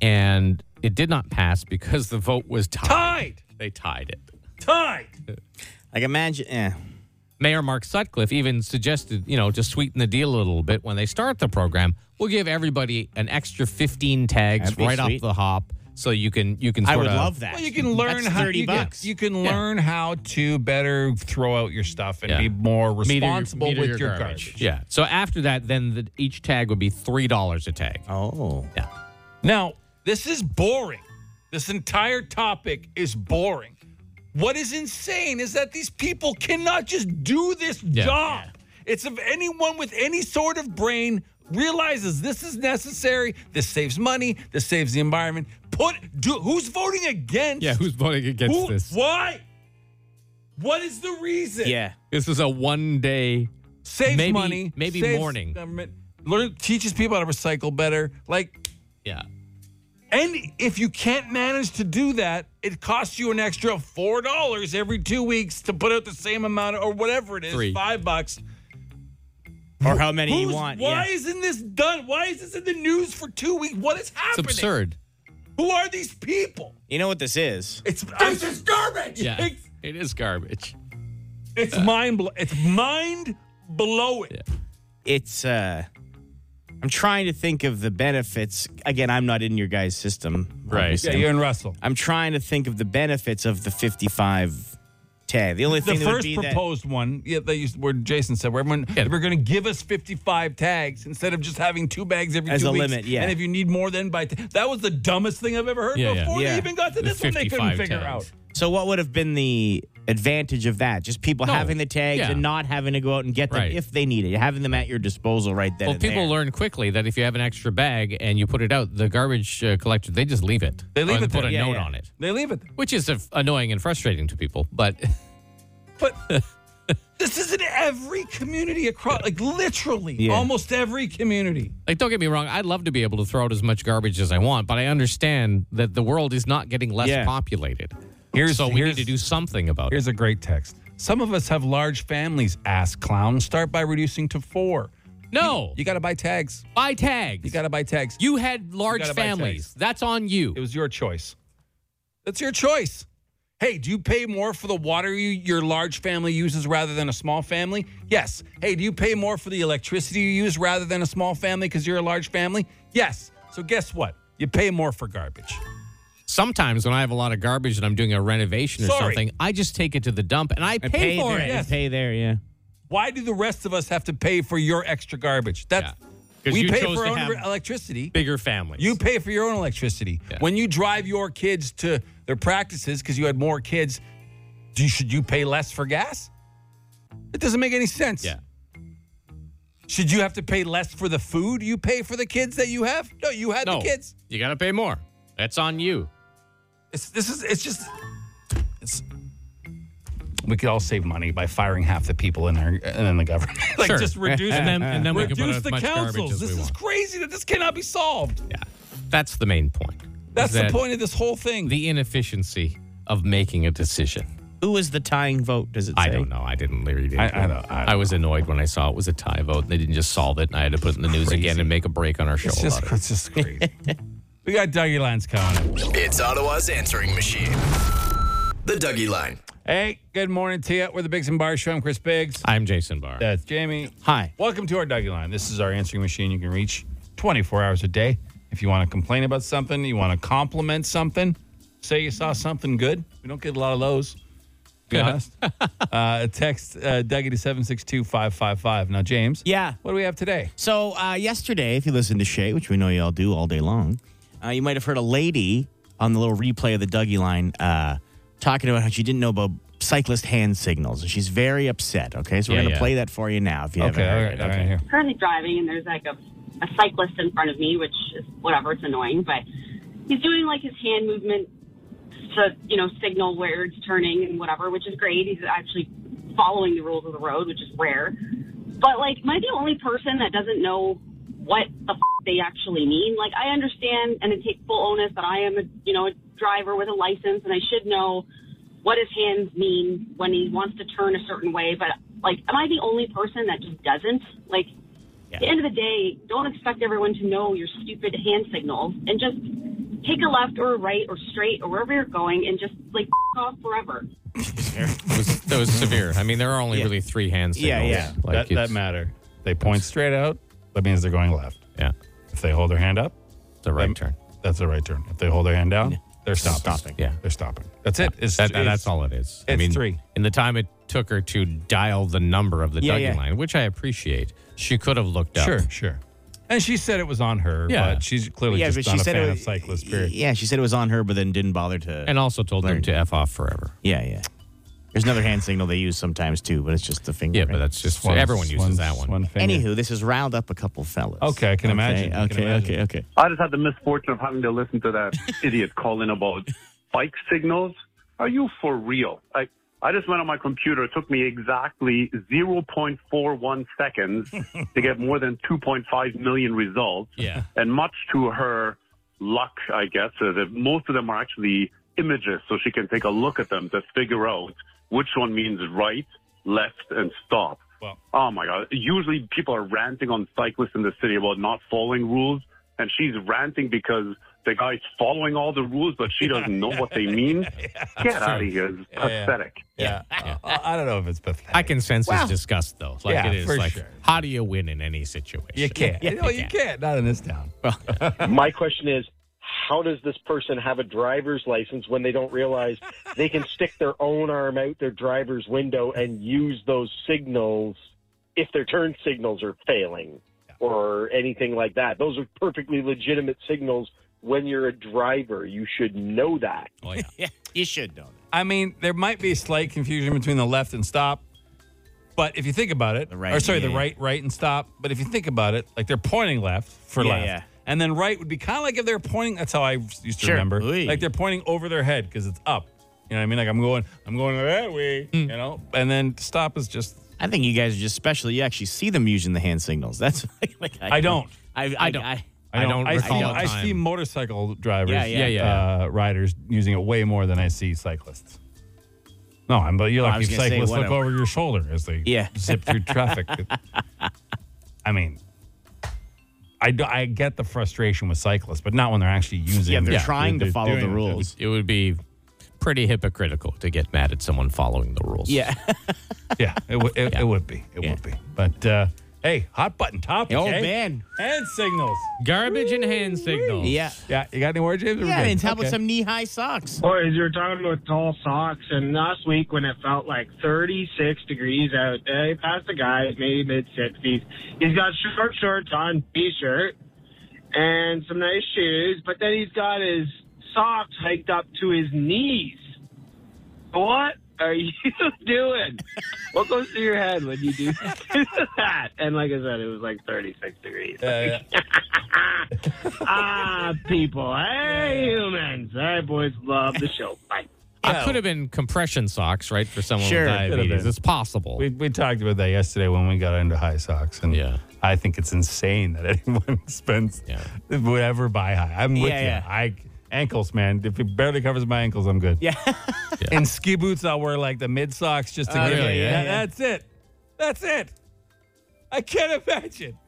Speaker 4: and it did not pass because the vote was tied.
Speaker 2: Tied,
Speaker 4: They tied it.
Speaker 2: tied.
Speaker 3: like imagine. Eh.
Speaker 4: Mayor Mark Sutcliffe even suggested, you know, to sweeten the deal a little bit when they start the program, we'll give everybody an extra 15 tags
Speaker 3: That'd be
Speaker 4: right
Speaker 3: sweet.
Speaker 4: off the hop. So you can you can.
Speaker 3: I
Speaker 4: Sort
Speaker 3: would
Speaker 4: of,
Speaker 3: love that.
Speaker 2: Well, you can learn
Speaker 3: That's
Speaker 2: how
Speaker 3: 30
Speaker 2: you can-
Speaker 3: bucks.
Speaker 2: you can
Speaker 4: Yeah.
Speaker 2: learn how to better throw out your stuff and
Speaker 4: Yeah.
Speaker 2: be more
Speaker 4: Meter your-
Speaker 2: responsible
Speaker 4: meter
Speaker 2: with your, garbage.
Speaker 4: Yeah. So after that, then the, each tag would be three dollars a tag.
Speaker 3: Oh.
Speaker 4: Yeah.
Speaker 2: Now, this is boring. This entire topic is boring. What is insane is that these people cannot just do this
Speaker 4: Yeah.
Speaker 2: job. It's if anyone with any sort of brain realizes this is necessary, this saves money, this saves the environment. Put do, who's voting against?
Speaker 4: Yeah. Who's voting against
Speaker 2: Who-
Speaker 4: this?
Speaker 2: Why? What is the reason?
Speaker 3: Yeah.
Speaker 4: This is a one day.
Speaker 2: saves
Speaker 4: Maybe-
Speaker 2: money,
Speaker 4: maybe
Speaker 2: saves
Speaker 4: morning.
Speaker 2: government, learn teaches people how to recycle better. Like,
Speaker 4: Yeah.
Speaker 2: and if you can't manage to do that, it costs you an extra four dollars every two weeks to put out the same amount or whatever it is,
Speaker 4: Three.
Speaker 2: five bucks.
Speaker 3: Or how many you
Speaker 2: Who's-
Speaker 3: want.
Speaker 2: Why
Speaker 3: yeah.
Speaker 2: isn't this done? Why is this in the news for two weeks? What is
Speaker 4: It's
Speaker 2: happening?
Speaker 4: absurd.
Speaker 2: Who are these people?
Speaker 3: You know what this is?
Speaker 2: It's this is garbage.
Speaker 4: Yeah.
Speaker 2: It's,
Speaker 4: It is garbage.
Speaker 2: it's mind blow. It's mind blowing.
Speaker 3: It's uh I'm trying to think of the benefits. Again, I'm not in your guys' system.
Speaker 4: Right.
Speaker 3: obviously.
Speaker 2: in Russell.
Speaker 3: I'm trying to think of the benefits of the 55 tag. The only
Speaker 2: the
Speaker 3: thing that would
Speaker 2: first
Speaker 3: be
Speaker 2: proposed one, yeah, they used, where Jason said, where everyone
Speaker 4: Yeah.
Speaker 2: we're going to give us 55 tags instead of just having two bags every
Speaker 3: As
Speaker 2: two
Speaker 3: a
Speaker 2: weeks.
Speaker 3: limit, yeah.
Speaker 2: And if you need more than by, t- that was the dumbest thing I've ever heard
Speaker 4: Yeah, yeah.
Speaker 2: before
Speaker 3: Yeah.
Speaker 2: they even got to
Speaker 4: The
Speaker 2: this one. They couldn't
Speaker 4: 55
Speaker 2: figure
Speaker 4: tags.
Speaker 2: out.
Speaker 3: that, so what would have been the advantage of that? Just people
Speaker 4: No.
Speaker 3: having the tags
Speaker 4: Yeah.
Speaker 3: and not having to go out and get them
Speaker 4: Right.
Speaker 3: if they need it, having them at your disposal right then.
Speaker 4: Well,
Speaker 3: and
Speaker 4: people
Speaker 3: there.
Speaker 4: learn quickly that if you have an extra bag and you put it out, the garbage uh, collector they just leave it.
Speaker 2: They leave
Speaker 4: Or
Speaker 2: it
Speaker 4: Put
Speaker 2: there.
Speaker 4: a
Speaker 2: Yeah,
Speaker 4: note
Speaker 2: yeah.
Speaker 4: on it,
Speaker 2: They leave it. there.
Speaker 4: which is uh, annoying and frustrating to people. But
Speaker 2: But this is in every community across, like literally
Speaker 3: Yeah.
Speaker 2: almost every community.
Speaker 4: like, don't get me wrong, I'd love to be able to throw out as much garbage as I want, but I understand that the world is not getting less
Speaker 3: Yeah.
Speaker 4: populated.
Speaker 2: Here's-
Speaker 4: so we
Speaker 2: here's-
Speaker 4: need to do something about it.
Speaker 2: Here's a great text. Some of us have large families. Ask clown. Start by reducing to four.
Speaker 4: No,
Speaker 2: You got to buy tags.
Speaker 4: buy tags.
Speaker 2: You got to buy tags.
Speaker 4: You had large
Speaker 2: gotta buy
Speaker 4: families.
Speaker 2: tags.
Speaker 4: That's on you.
Speaker 2: It was your choice. That's your choice. Hey, do you pay more for the water you, your large family uses rather than a small family? Yes. Hey, do you pay more for the electricity you use rather than a small family because you're a large family? Yes. So guess what? You pay more for garbage.
Speaker 4: Sometimes when I have a lot of garbage and I'm doing a renovation or
Speaker 2: Sorry.
Speaker 4: something, I just take it to the dump and I pay,
Speaker 3: I pay
Speaker 4: for
Speaker 3: there,
Speaker 4: it.
Speaker 3: I
Speaker 2: Yes.
Speaker 3: Pay there, yeah.
Speaker 2: Why do the rest of us have to pay for your extra garbage? That's
Speaker 4: Yeah. 'Cause
Speaker 2: we
Speaker 4: you
Speaker 2: pay
Speaker 4: chose
Speaker 2: for
Speaker 4: to
Speaker 2: our own
Speaker 4: have-
Speaker 2: re- electricity.
Speaker 4: Bigger families.
Speaker 2: You pay for your own electricity.
Speaker 4: Yeah.
Speaker 2: When you drive your kids to their practices because you had more kids, do you, should you pay less for gas? It doesn't make any sense.
Speaker 4: Yeah.
Speaker 2: Should you have to pay less for the food you pay for the kids that you have? No, you had
Speaker 4: no
Speaker 2: the kids.
Speaker 4: You got to pay more. That's on you.
Speaker 2: It's, this is it's just it's we could all save money by firing half the people in our in the government. like
Speaker 4: Sure.
Speaker 2: just reduce
Speaker 4: And then- and then we can
Speaker 2: reduce
Speaker 4: put out as
Speaker 2: the
Speaker 4: much garbage
Speaker 2: councils.
Speaker 4: as we
Speaker 2: this is
Speaker 4: want.
Speaker 2: crazy that this cannot be solved.
Speaker 4: Yeah. That's the main point.
Speaker 2: That's
Speaker 4: Is
Speaker 2: the
Speaker 4: that
Speaker 2: point of this whole thing.
Speaker 4: The inefficiency of making a decision.
Speaker 3: Who was the tying vote? Does it say?
Speaker 4: I don't know. I didn't read it.
Speaker 2: I- I don't- I don't
Speaker 4: was annoyed when I saw it was a tie vote and they didn't just solve it and I had to put it in the news again and make a break on our show
Speaker 2: It's just,
Speaker 4: about it.
Speaker 2: it's just crazy. we got Dougie Lines coming. up.
Speaker 8: It's Ottawa's answering machine. The Dougie Line.
Speaker 2: Hey, good morning to you. We're the Biggs and Bar Show. I'm Chris Biggs.
Speaker 4: I'm Jason Barr.
Speaker 2: That's Jamie.
Speaker 3: Hi.
Speaker 2: Welcome to our Dougie Line. This is our answering machine you can reach 24 hours a day. If you want to complain about something, you want to compliment something, say you saw something good. We don't get a lot of those, to be honest. uh, text uh, Dougie to 762 555. Now, James.
Speaker 3: Yeah.
Speaker 2: What do we have today?
Speaker 3: So uh, yesterday, if you listened to Shay, which we know y'all do all day long, uh, you might have heard a lady on the little replay of the Dougie line uh, talking about how she didn't know about cyclist hand signals, and she's very upset. Okay, so we're
Speaker 4: Yeah,
Speaker 3: gonna
Speaker 4: yeah.
Speaker 3: play that for you now. If you
Speaker 2: Okay,
Speaker 3: haven't
Speaker 2: all
Speaker 3: heard
Speaker 2: right,
Speaker 3: it,
Speaker 2: all
Speaker 3: okay.
Speaker 2: right, here.
Speaker 11: currently driving and there's like a, a cyclist in front of me, which is whatever, it's annoying, but he's doing like his hand movement to, you know, signal where it's turning and whatever, which is great. He's actually following the rules of the road, which is rare. But like, am I the only person that doesn't know what the f- they actually mean? Like, I understand and I take full onus that I am a, you know, a driver with a license and I should know what his hands mean when he wants to turn a certain way. But like, am I the only person that just doesn't? Like, at the end of the day, don't expect everyone to know your stupid hand signals and just take a left or a right or straight or wherever you're going and just like f- off forever.
Speaker 4: It was, that was severe. I mean, there are only
Speaker 3: Yeah.
Speaker 4: really three hand
Speaker 3: Yeah,
Speaker 4: signals.
Speaker 3: yeah.
Speaker 2: that,
Speaker 4: it's-
Speaker 2: that matter. They point straight out. That means they're going left.
Speaker 4: Yeah.
Speaker 2: If they hold their hand up,
Speaker 4: The right
Speaker 2: Um,
Speaker 4: turn.
Speaker 2: That's the right turn. If they hold their hand down, they're stopping.
Speaker 4: Yeah.
Speaker 2: They're stopping. That's it. It's,
Speaker 4: That- that-
Speaker 2: it's-
Speaker 4: that's all it is.
Speaker 2: It's three.
Speaker 4: In the time it took her to dial the number of the
Speaker 2: Yeah,
Speaker 4: Dougie
Speaker 2: yeah.
Speaker 4: line, which I appreciate, she could have looked up.
Speaker 2: Sure, sure. And she said it was on her,
Speaker 4: Yeah.
Speaker 2: but she's clearly
Speaker 3: Yeah,
Speaker 2: just
Speaker 3: but
Speaker 2: not
Speaker 3: she
Speaker 2: a
Speaker 3: said
Speaker 2: fan
Speaker 3: it
Speaker 2: of
Speaker 3: was-
Speaker 2: cyclists, period.
Speaker 3: Yeah, she said it was on her, but then didn't bother to.
Speaker 4: And also told them to F off forever.
Speaker 3: Yeah, yeah. There's another hand signal they use sometimes too, but it's just the finger.
Speaker 4: Yeah, but that's just
Speaker 2: Once-
Speaker 4: everyone uses
Speaker 2: once-
Speaker 4: that one.
Speaker 2: one finger.
Speaker 3: Anywho, this has riled up a couple fellas.
Speaker 2: Okay, I can imagine. I
Speaker 3: Okay,
Speaker 2: can
Speaker 3: okay,
Speaker 2: imagine.
Speaker 3: okay, okay.
Speaker 12: I just had the misfortune of having to listen to that idiot calling about bike signals. Are you for real? I I just went on my computer. It took me exactly 0.41 seconds to get more than 2.5 million results.
Speaker 4: Yeah.
Speaker 12: And much to her luck, I guess, uh, that most of them are actually images, so she can take a look at them to figure out which one means right, left, and stop. Oh my God. Usually people are ranting on cyclists in the city about not following rules, and she's ranting because the guy's following all the rules, but she doesn't know what they mean. Get out of here. It's
Speaker 2: Yeah, yeah.
Speaker 12: pathetic.
Speaker 2: Yeah. I, I don't know if it's pathetic.
Speaker 4: I can sense
Speaker 2: Well,
Speaker 4: his disgust though. Like
Speaker 2: yeah,
Speaker 4: it is
Speaker 2: for
Speaker 4: like
Speaker 2: sure.
Speaker 4: how do you win in any situation?
Speaker 2: You can't.
Speaker 4: Yeah,
Speaker 2: no, you can't. Not in this town.
Speaker 13: My question is, how does this person have a driver's license when they don't realize they can stick their own arm out their driver's window and use those signals if their turn signals are failing or anything like that? Those are perfectly legitimate signals. When you're a driver, you should know that.
Speaker 4: Oh yeah.
Speaker 3: you should know.
Speaker 2: I mean, there might be slight confusion between the left and stop, but if you think about it,
Speaker 3: right,
Speaker 2: or sorry,
Speaker 3: yeah,
Speaker 2: the
Speaker 3: yeah.
Speaker 2: right, right and stop. But if you think about it, like they're pointing left for
Speaker 3: Yeah,
Speaker 2: left,
Speaker 3: yeah.
Speaker 2: and then right would be kind of like if they're pointing. That's how I used to
Speaker 3: Sure.
Speaker 2: remember.
Speaker 3: Ooh.
Speaker 2: Like they're pointing over their head because it's up. You know what I mean? Like I'm going, I'm going that way.
Speaker 3: Hmm.
Speaker 2: You know, and then stop is just.
Speaker 3: I think you guys are just special. You actually see them using the hand signals. That's like, like
Speaker 2: I don't.
Speaker 3: I, I, don't. I,
Speaker 2: I don't. I, see,
Speaker 3: recall a
Speaker 2: I
Speaker 3: time.
Speaker 2: see motorcycle drivers,
Speaker 3: Yeah, yeah. Yeah,
Speaker 2: Uh, riders using it way more than I see cyclists. No, I'm. But you're
Speaker 3: Well, I
Speaker 2: like
Speaker 3: was
Speaker 2: you
Speaker 3: gonna say,
Speaker 2: cyclists
Speaker 3: what
Speaker 2: look
Speaker 3: a-
Speaker 2: over your shoulder as they
Speaker 3: Yeah.
Speaker 2: zip through traffic. I mean, I do, I get the frustration with cyclists, but not when they're actually using.
Speaker 3: Yeah, they're
Speaker 2: it.
Speaker 3: trying to
Speaker 2: They're
Speaker 3: follow the
Speaker 2: doing it.
Speaker 3: rules.
Speaker 4: It would be pretty hypocritical to get mad at someone following the rules.
Speaker 3: Yeah.
Speaker 2: Yeah, it, w- it, it would be. It would be. But uh, hey, hot button topic.
Speaker 3: Oh,
Speaker 2: eh?
Speaker 3: man.
Speaker 2: hand signals,
Speaker 4: garbage and hand signals.
Speaker 3: Yeah.
Speaker 2: Yeah, you got any more, James? We're
Speaker 3: Yeah,
Speaker 2: good.
Speaker 3: and how about
Speaker 2: Okay.
Speaker 3: some knee high socks?
Speaker 14: Boys, you were talking about tall socks, and last week when it felt like 36 degrees out, I passed a guy, maybe mid 60s. He's got short shorts on, t shirt, and some nice shoes, but then he's got his socks hiked up to his knees. What are you doing? what goes through your head when you do that? And like I said, it was like 36 degrees.
Speaker 2: Uh,
Speaker 14: ah, people. Hey, humans. Hey, boys, love the show. Bye.
Speaker 4: It could have been compression socks, right, for someone
Speaker 2: Sure,
Speaker 4: with
Speaker 2: it could have
Speaker 4: diabetes.
Speaker 2: been.
Speaker 4: It's possible.
Speaker 2: We, we talked about that yesterday when we got into high socks, and yeah. I think it's insane that anyone spends would ever buy high. I'm with
Speaker 3: Yeah,
Speaker 2: you.
Speaker 3: yeah.
Speaker 2: I ankles, man. If it barely covers my ankles, I'm good. Yeah. And ski boots, I'll wear like the mid socks just to
Speaker 3: Oh,
Speaker 2: get
Speaker 3: yeah,
Speaker 2: it.
Speaker 3: yeah,
Speaker 2: That-
Speaker 3: yeah.
Speaker 2: That's it. That's it. I can't imagine.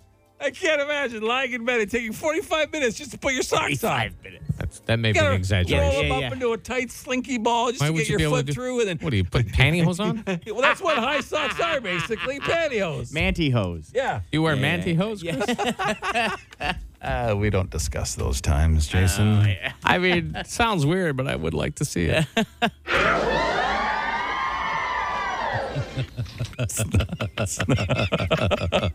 Speaker 2: I can't imagine lying in bed and taking 45 minutes just to put your socks on.
Speaker 4: That's, that may
Speaker 2: You
Speaker 4: be an
Speaker 2: gotta
Speaker 4: exaggeration.
Speaker 2: Roll them up into a tight slinky ball just
Speaker 4: Why
Speaker 2: to
Speaker 4: would
Speaker 2: get
Speaker 4: you
Speaker 2: your
Speaker 4: be able to
Speaker 2: foot
Speaker 4: do-
Speaker 2: through, and then
Speaker 4: What do you put pantyhose on?
Speaker 2: well, that's what high socks are basically pantyhose.
Speaker 3: Mantyhose.
Speaker 2: Yeah.
Speaker 4: You wear
Speaker 3: Yeah, yeah,
Speaker 4: mantyhose?
Speaker 2: Uh, we don't discuss those times, Jason.
Speaker 4: I mean, it sounds weird, but I would like to see it.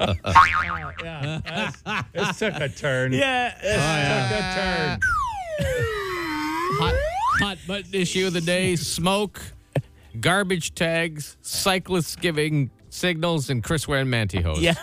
Speaker 2: yeah, that's- this took a turn.
Speaker 3: Oh, Yeah.
Speaker 2: This took a turn.
Speaker 4: hot, hot button issue of the day smoke, garbage tags, cyclists giving signals, and Chris wearing mantyhose.
Speaker 3: Yeah.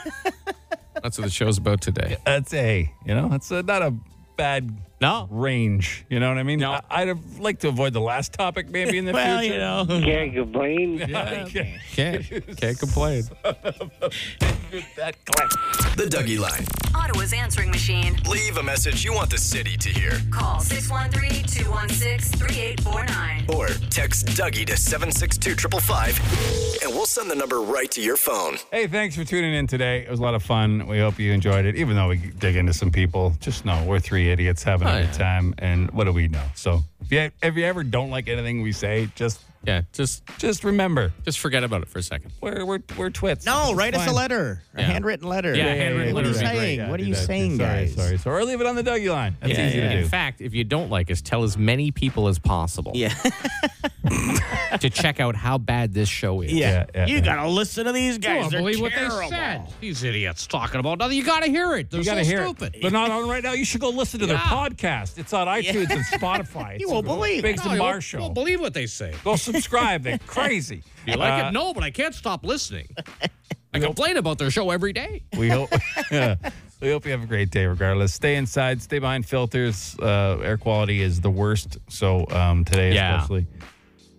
Speaker 4: That's what the show's about today.
Speaker 2: That's a, you know, that's a, not a bad
Speaker 4: no
Speaker 2: range. You know what I mean? No. I, would like to avoid the last topic maybe in the
Speaker 3: Well,
Speaker 2: future.
Speaker 3: you know.
Speaker 2: Can't complain. Yeah, I can't.
Speaker 4: Can't, can't complain.
Speaker 2: that clap.
Speaker 8: The Dougie Line.
Speaker 1: Ottawa's answering machine.
Speaker 8: Leave a message you want the city to hear.
Speaker 1: Call 613 216 3849.
Speaker 8: Or text Dougie to 762 555 and we'll send the number right to your phone.
Speaker 2: Hey, thanks for tuning in today. It was a lot of fun. We hope you enjoyed it. Even though we dig into some people, just know we're three idiots having a
Speaker 4: Oh,
Speaker 2: good
Speaker 4: yeah.
Speaker 2: time. And what do we know? So if you, if you ever don't like anything we say, just
Speaker 4: Yeah, just
Speaker 2: just remember.
Speaker 4: Just forget about it for a second.
Speaker 2: We're we're we're twits.
Speaker 3: No,
Speaker 2: It's
Speaker 3: write us a
Speaker 2: fine.
Speaker 3: letter, a
Speaker 4: Yeah.
Speaker 3: handwritten letter.
Speaker 4: Yeah, handwritten
Speaker 3: What
Speaker 4: letter
Speaker 3: are you
Speaker 4: would be great.
Speaker 3: saying?
Speaker 4: Yeah,
Speaker 3: what are
Speaker 4: do
Speaker 3: you
Speaker 4: that.
Speaker 3: saying,
Speaker 2: Sorry,
Speaker 3: guys?
Speaker 2: sorry, sorry. Or leave it on the Dougie line. That's
Speaker 4: Yeah,
Speaker 2: easy
Speaker 4: yeah.
Speaker 2: to do.
Speaker 4: In fact, if you don't like us, tell as many people as possible.
Speaker 3: Yeah.
Speaker 4: to check out how bad this show is.
Speaker 3: Yeah, you gotta listen to these guys.
Speaker 4: don't
Speaker 3: They're
Speaker 4: believe what they
Speaker 3: terrible.
Speaker 4: said. These idiots talking about nothing. You gotta hear it. They're
Speaker 2: You gotta
Speaker 4: so
Speaker 2: hear
Speaker 4: stupid.
Speaker 2: it. They're not on right now. You should go listen to
Speaker 4: Yeah.
Speaker 2: their podcast. It's on iTunes and Spotify.
Speaker 4: You
Speaker 2: It's
Speaker 4: won't believe it.
Speaker 2: Biggs
Speaker 4: No,
Speaker 2: and
Speaker 4: you won't-
Speaker 2: Bar Show.
Speaker 4: won't believe what they say.
Speaker 2: Go subscribe. They're crazy.
Speaker 4: You like
Speaker 2: Uh,
Speaker 4: it? No, but I can't stop listening. I complain about their show every day.
Speaker 2: We hope. We hope you have a great day regardless. Stay inside, stay behind filters. Uh, air quality is the worst. So um, today,
Speaker 4: Yeah.
Speaker 2: especially.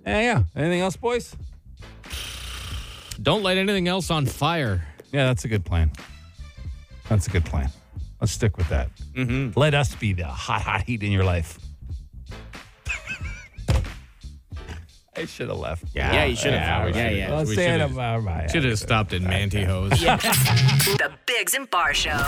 Speaker 2: Yeah, yeah. Anything else, boys?
Speaker 4: Don't light anything else on fire.
Speaker 2: Yeah, that's a good plan. That's a good plan. Let's stick with that. Mm-hmm. Let us be the hot, hot heat in your life. I should have left.
Speaker 3: Yeah, you should have. Yeah, yeah.
Speaker 2: Well,
Speaker 4: We
Speaker 2: stand
Speaker 4: should've-
Speaker 2: up, all right.
Speaker 4: Should have stopped in mantyhose.
Speaker 1: The Bigs and Bar Show.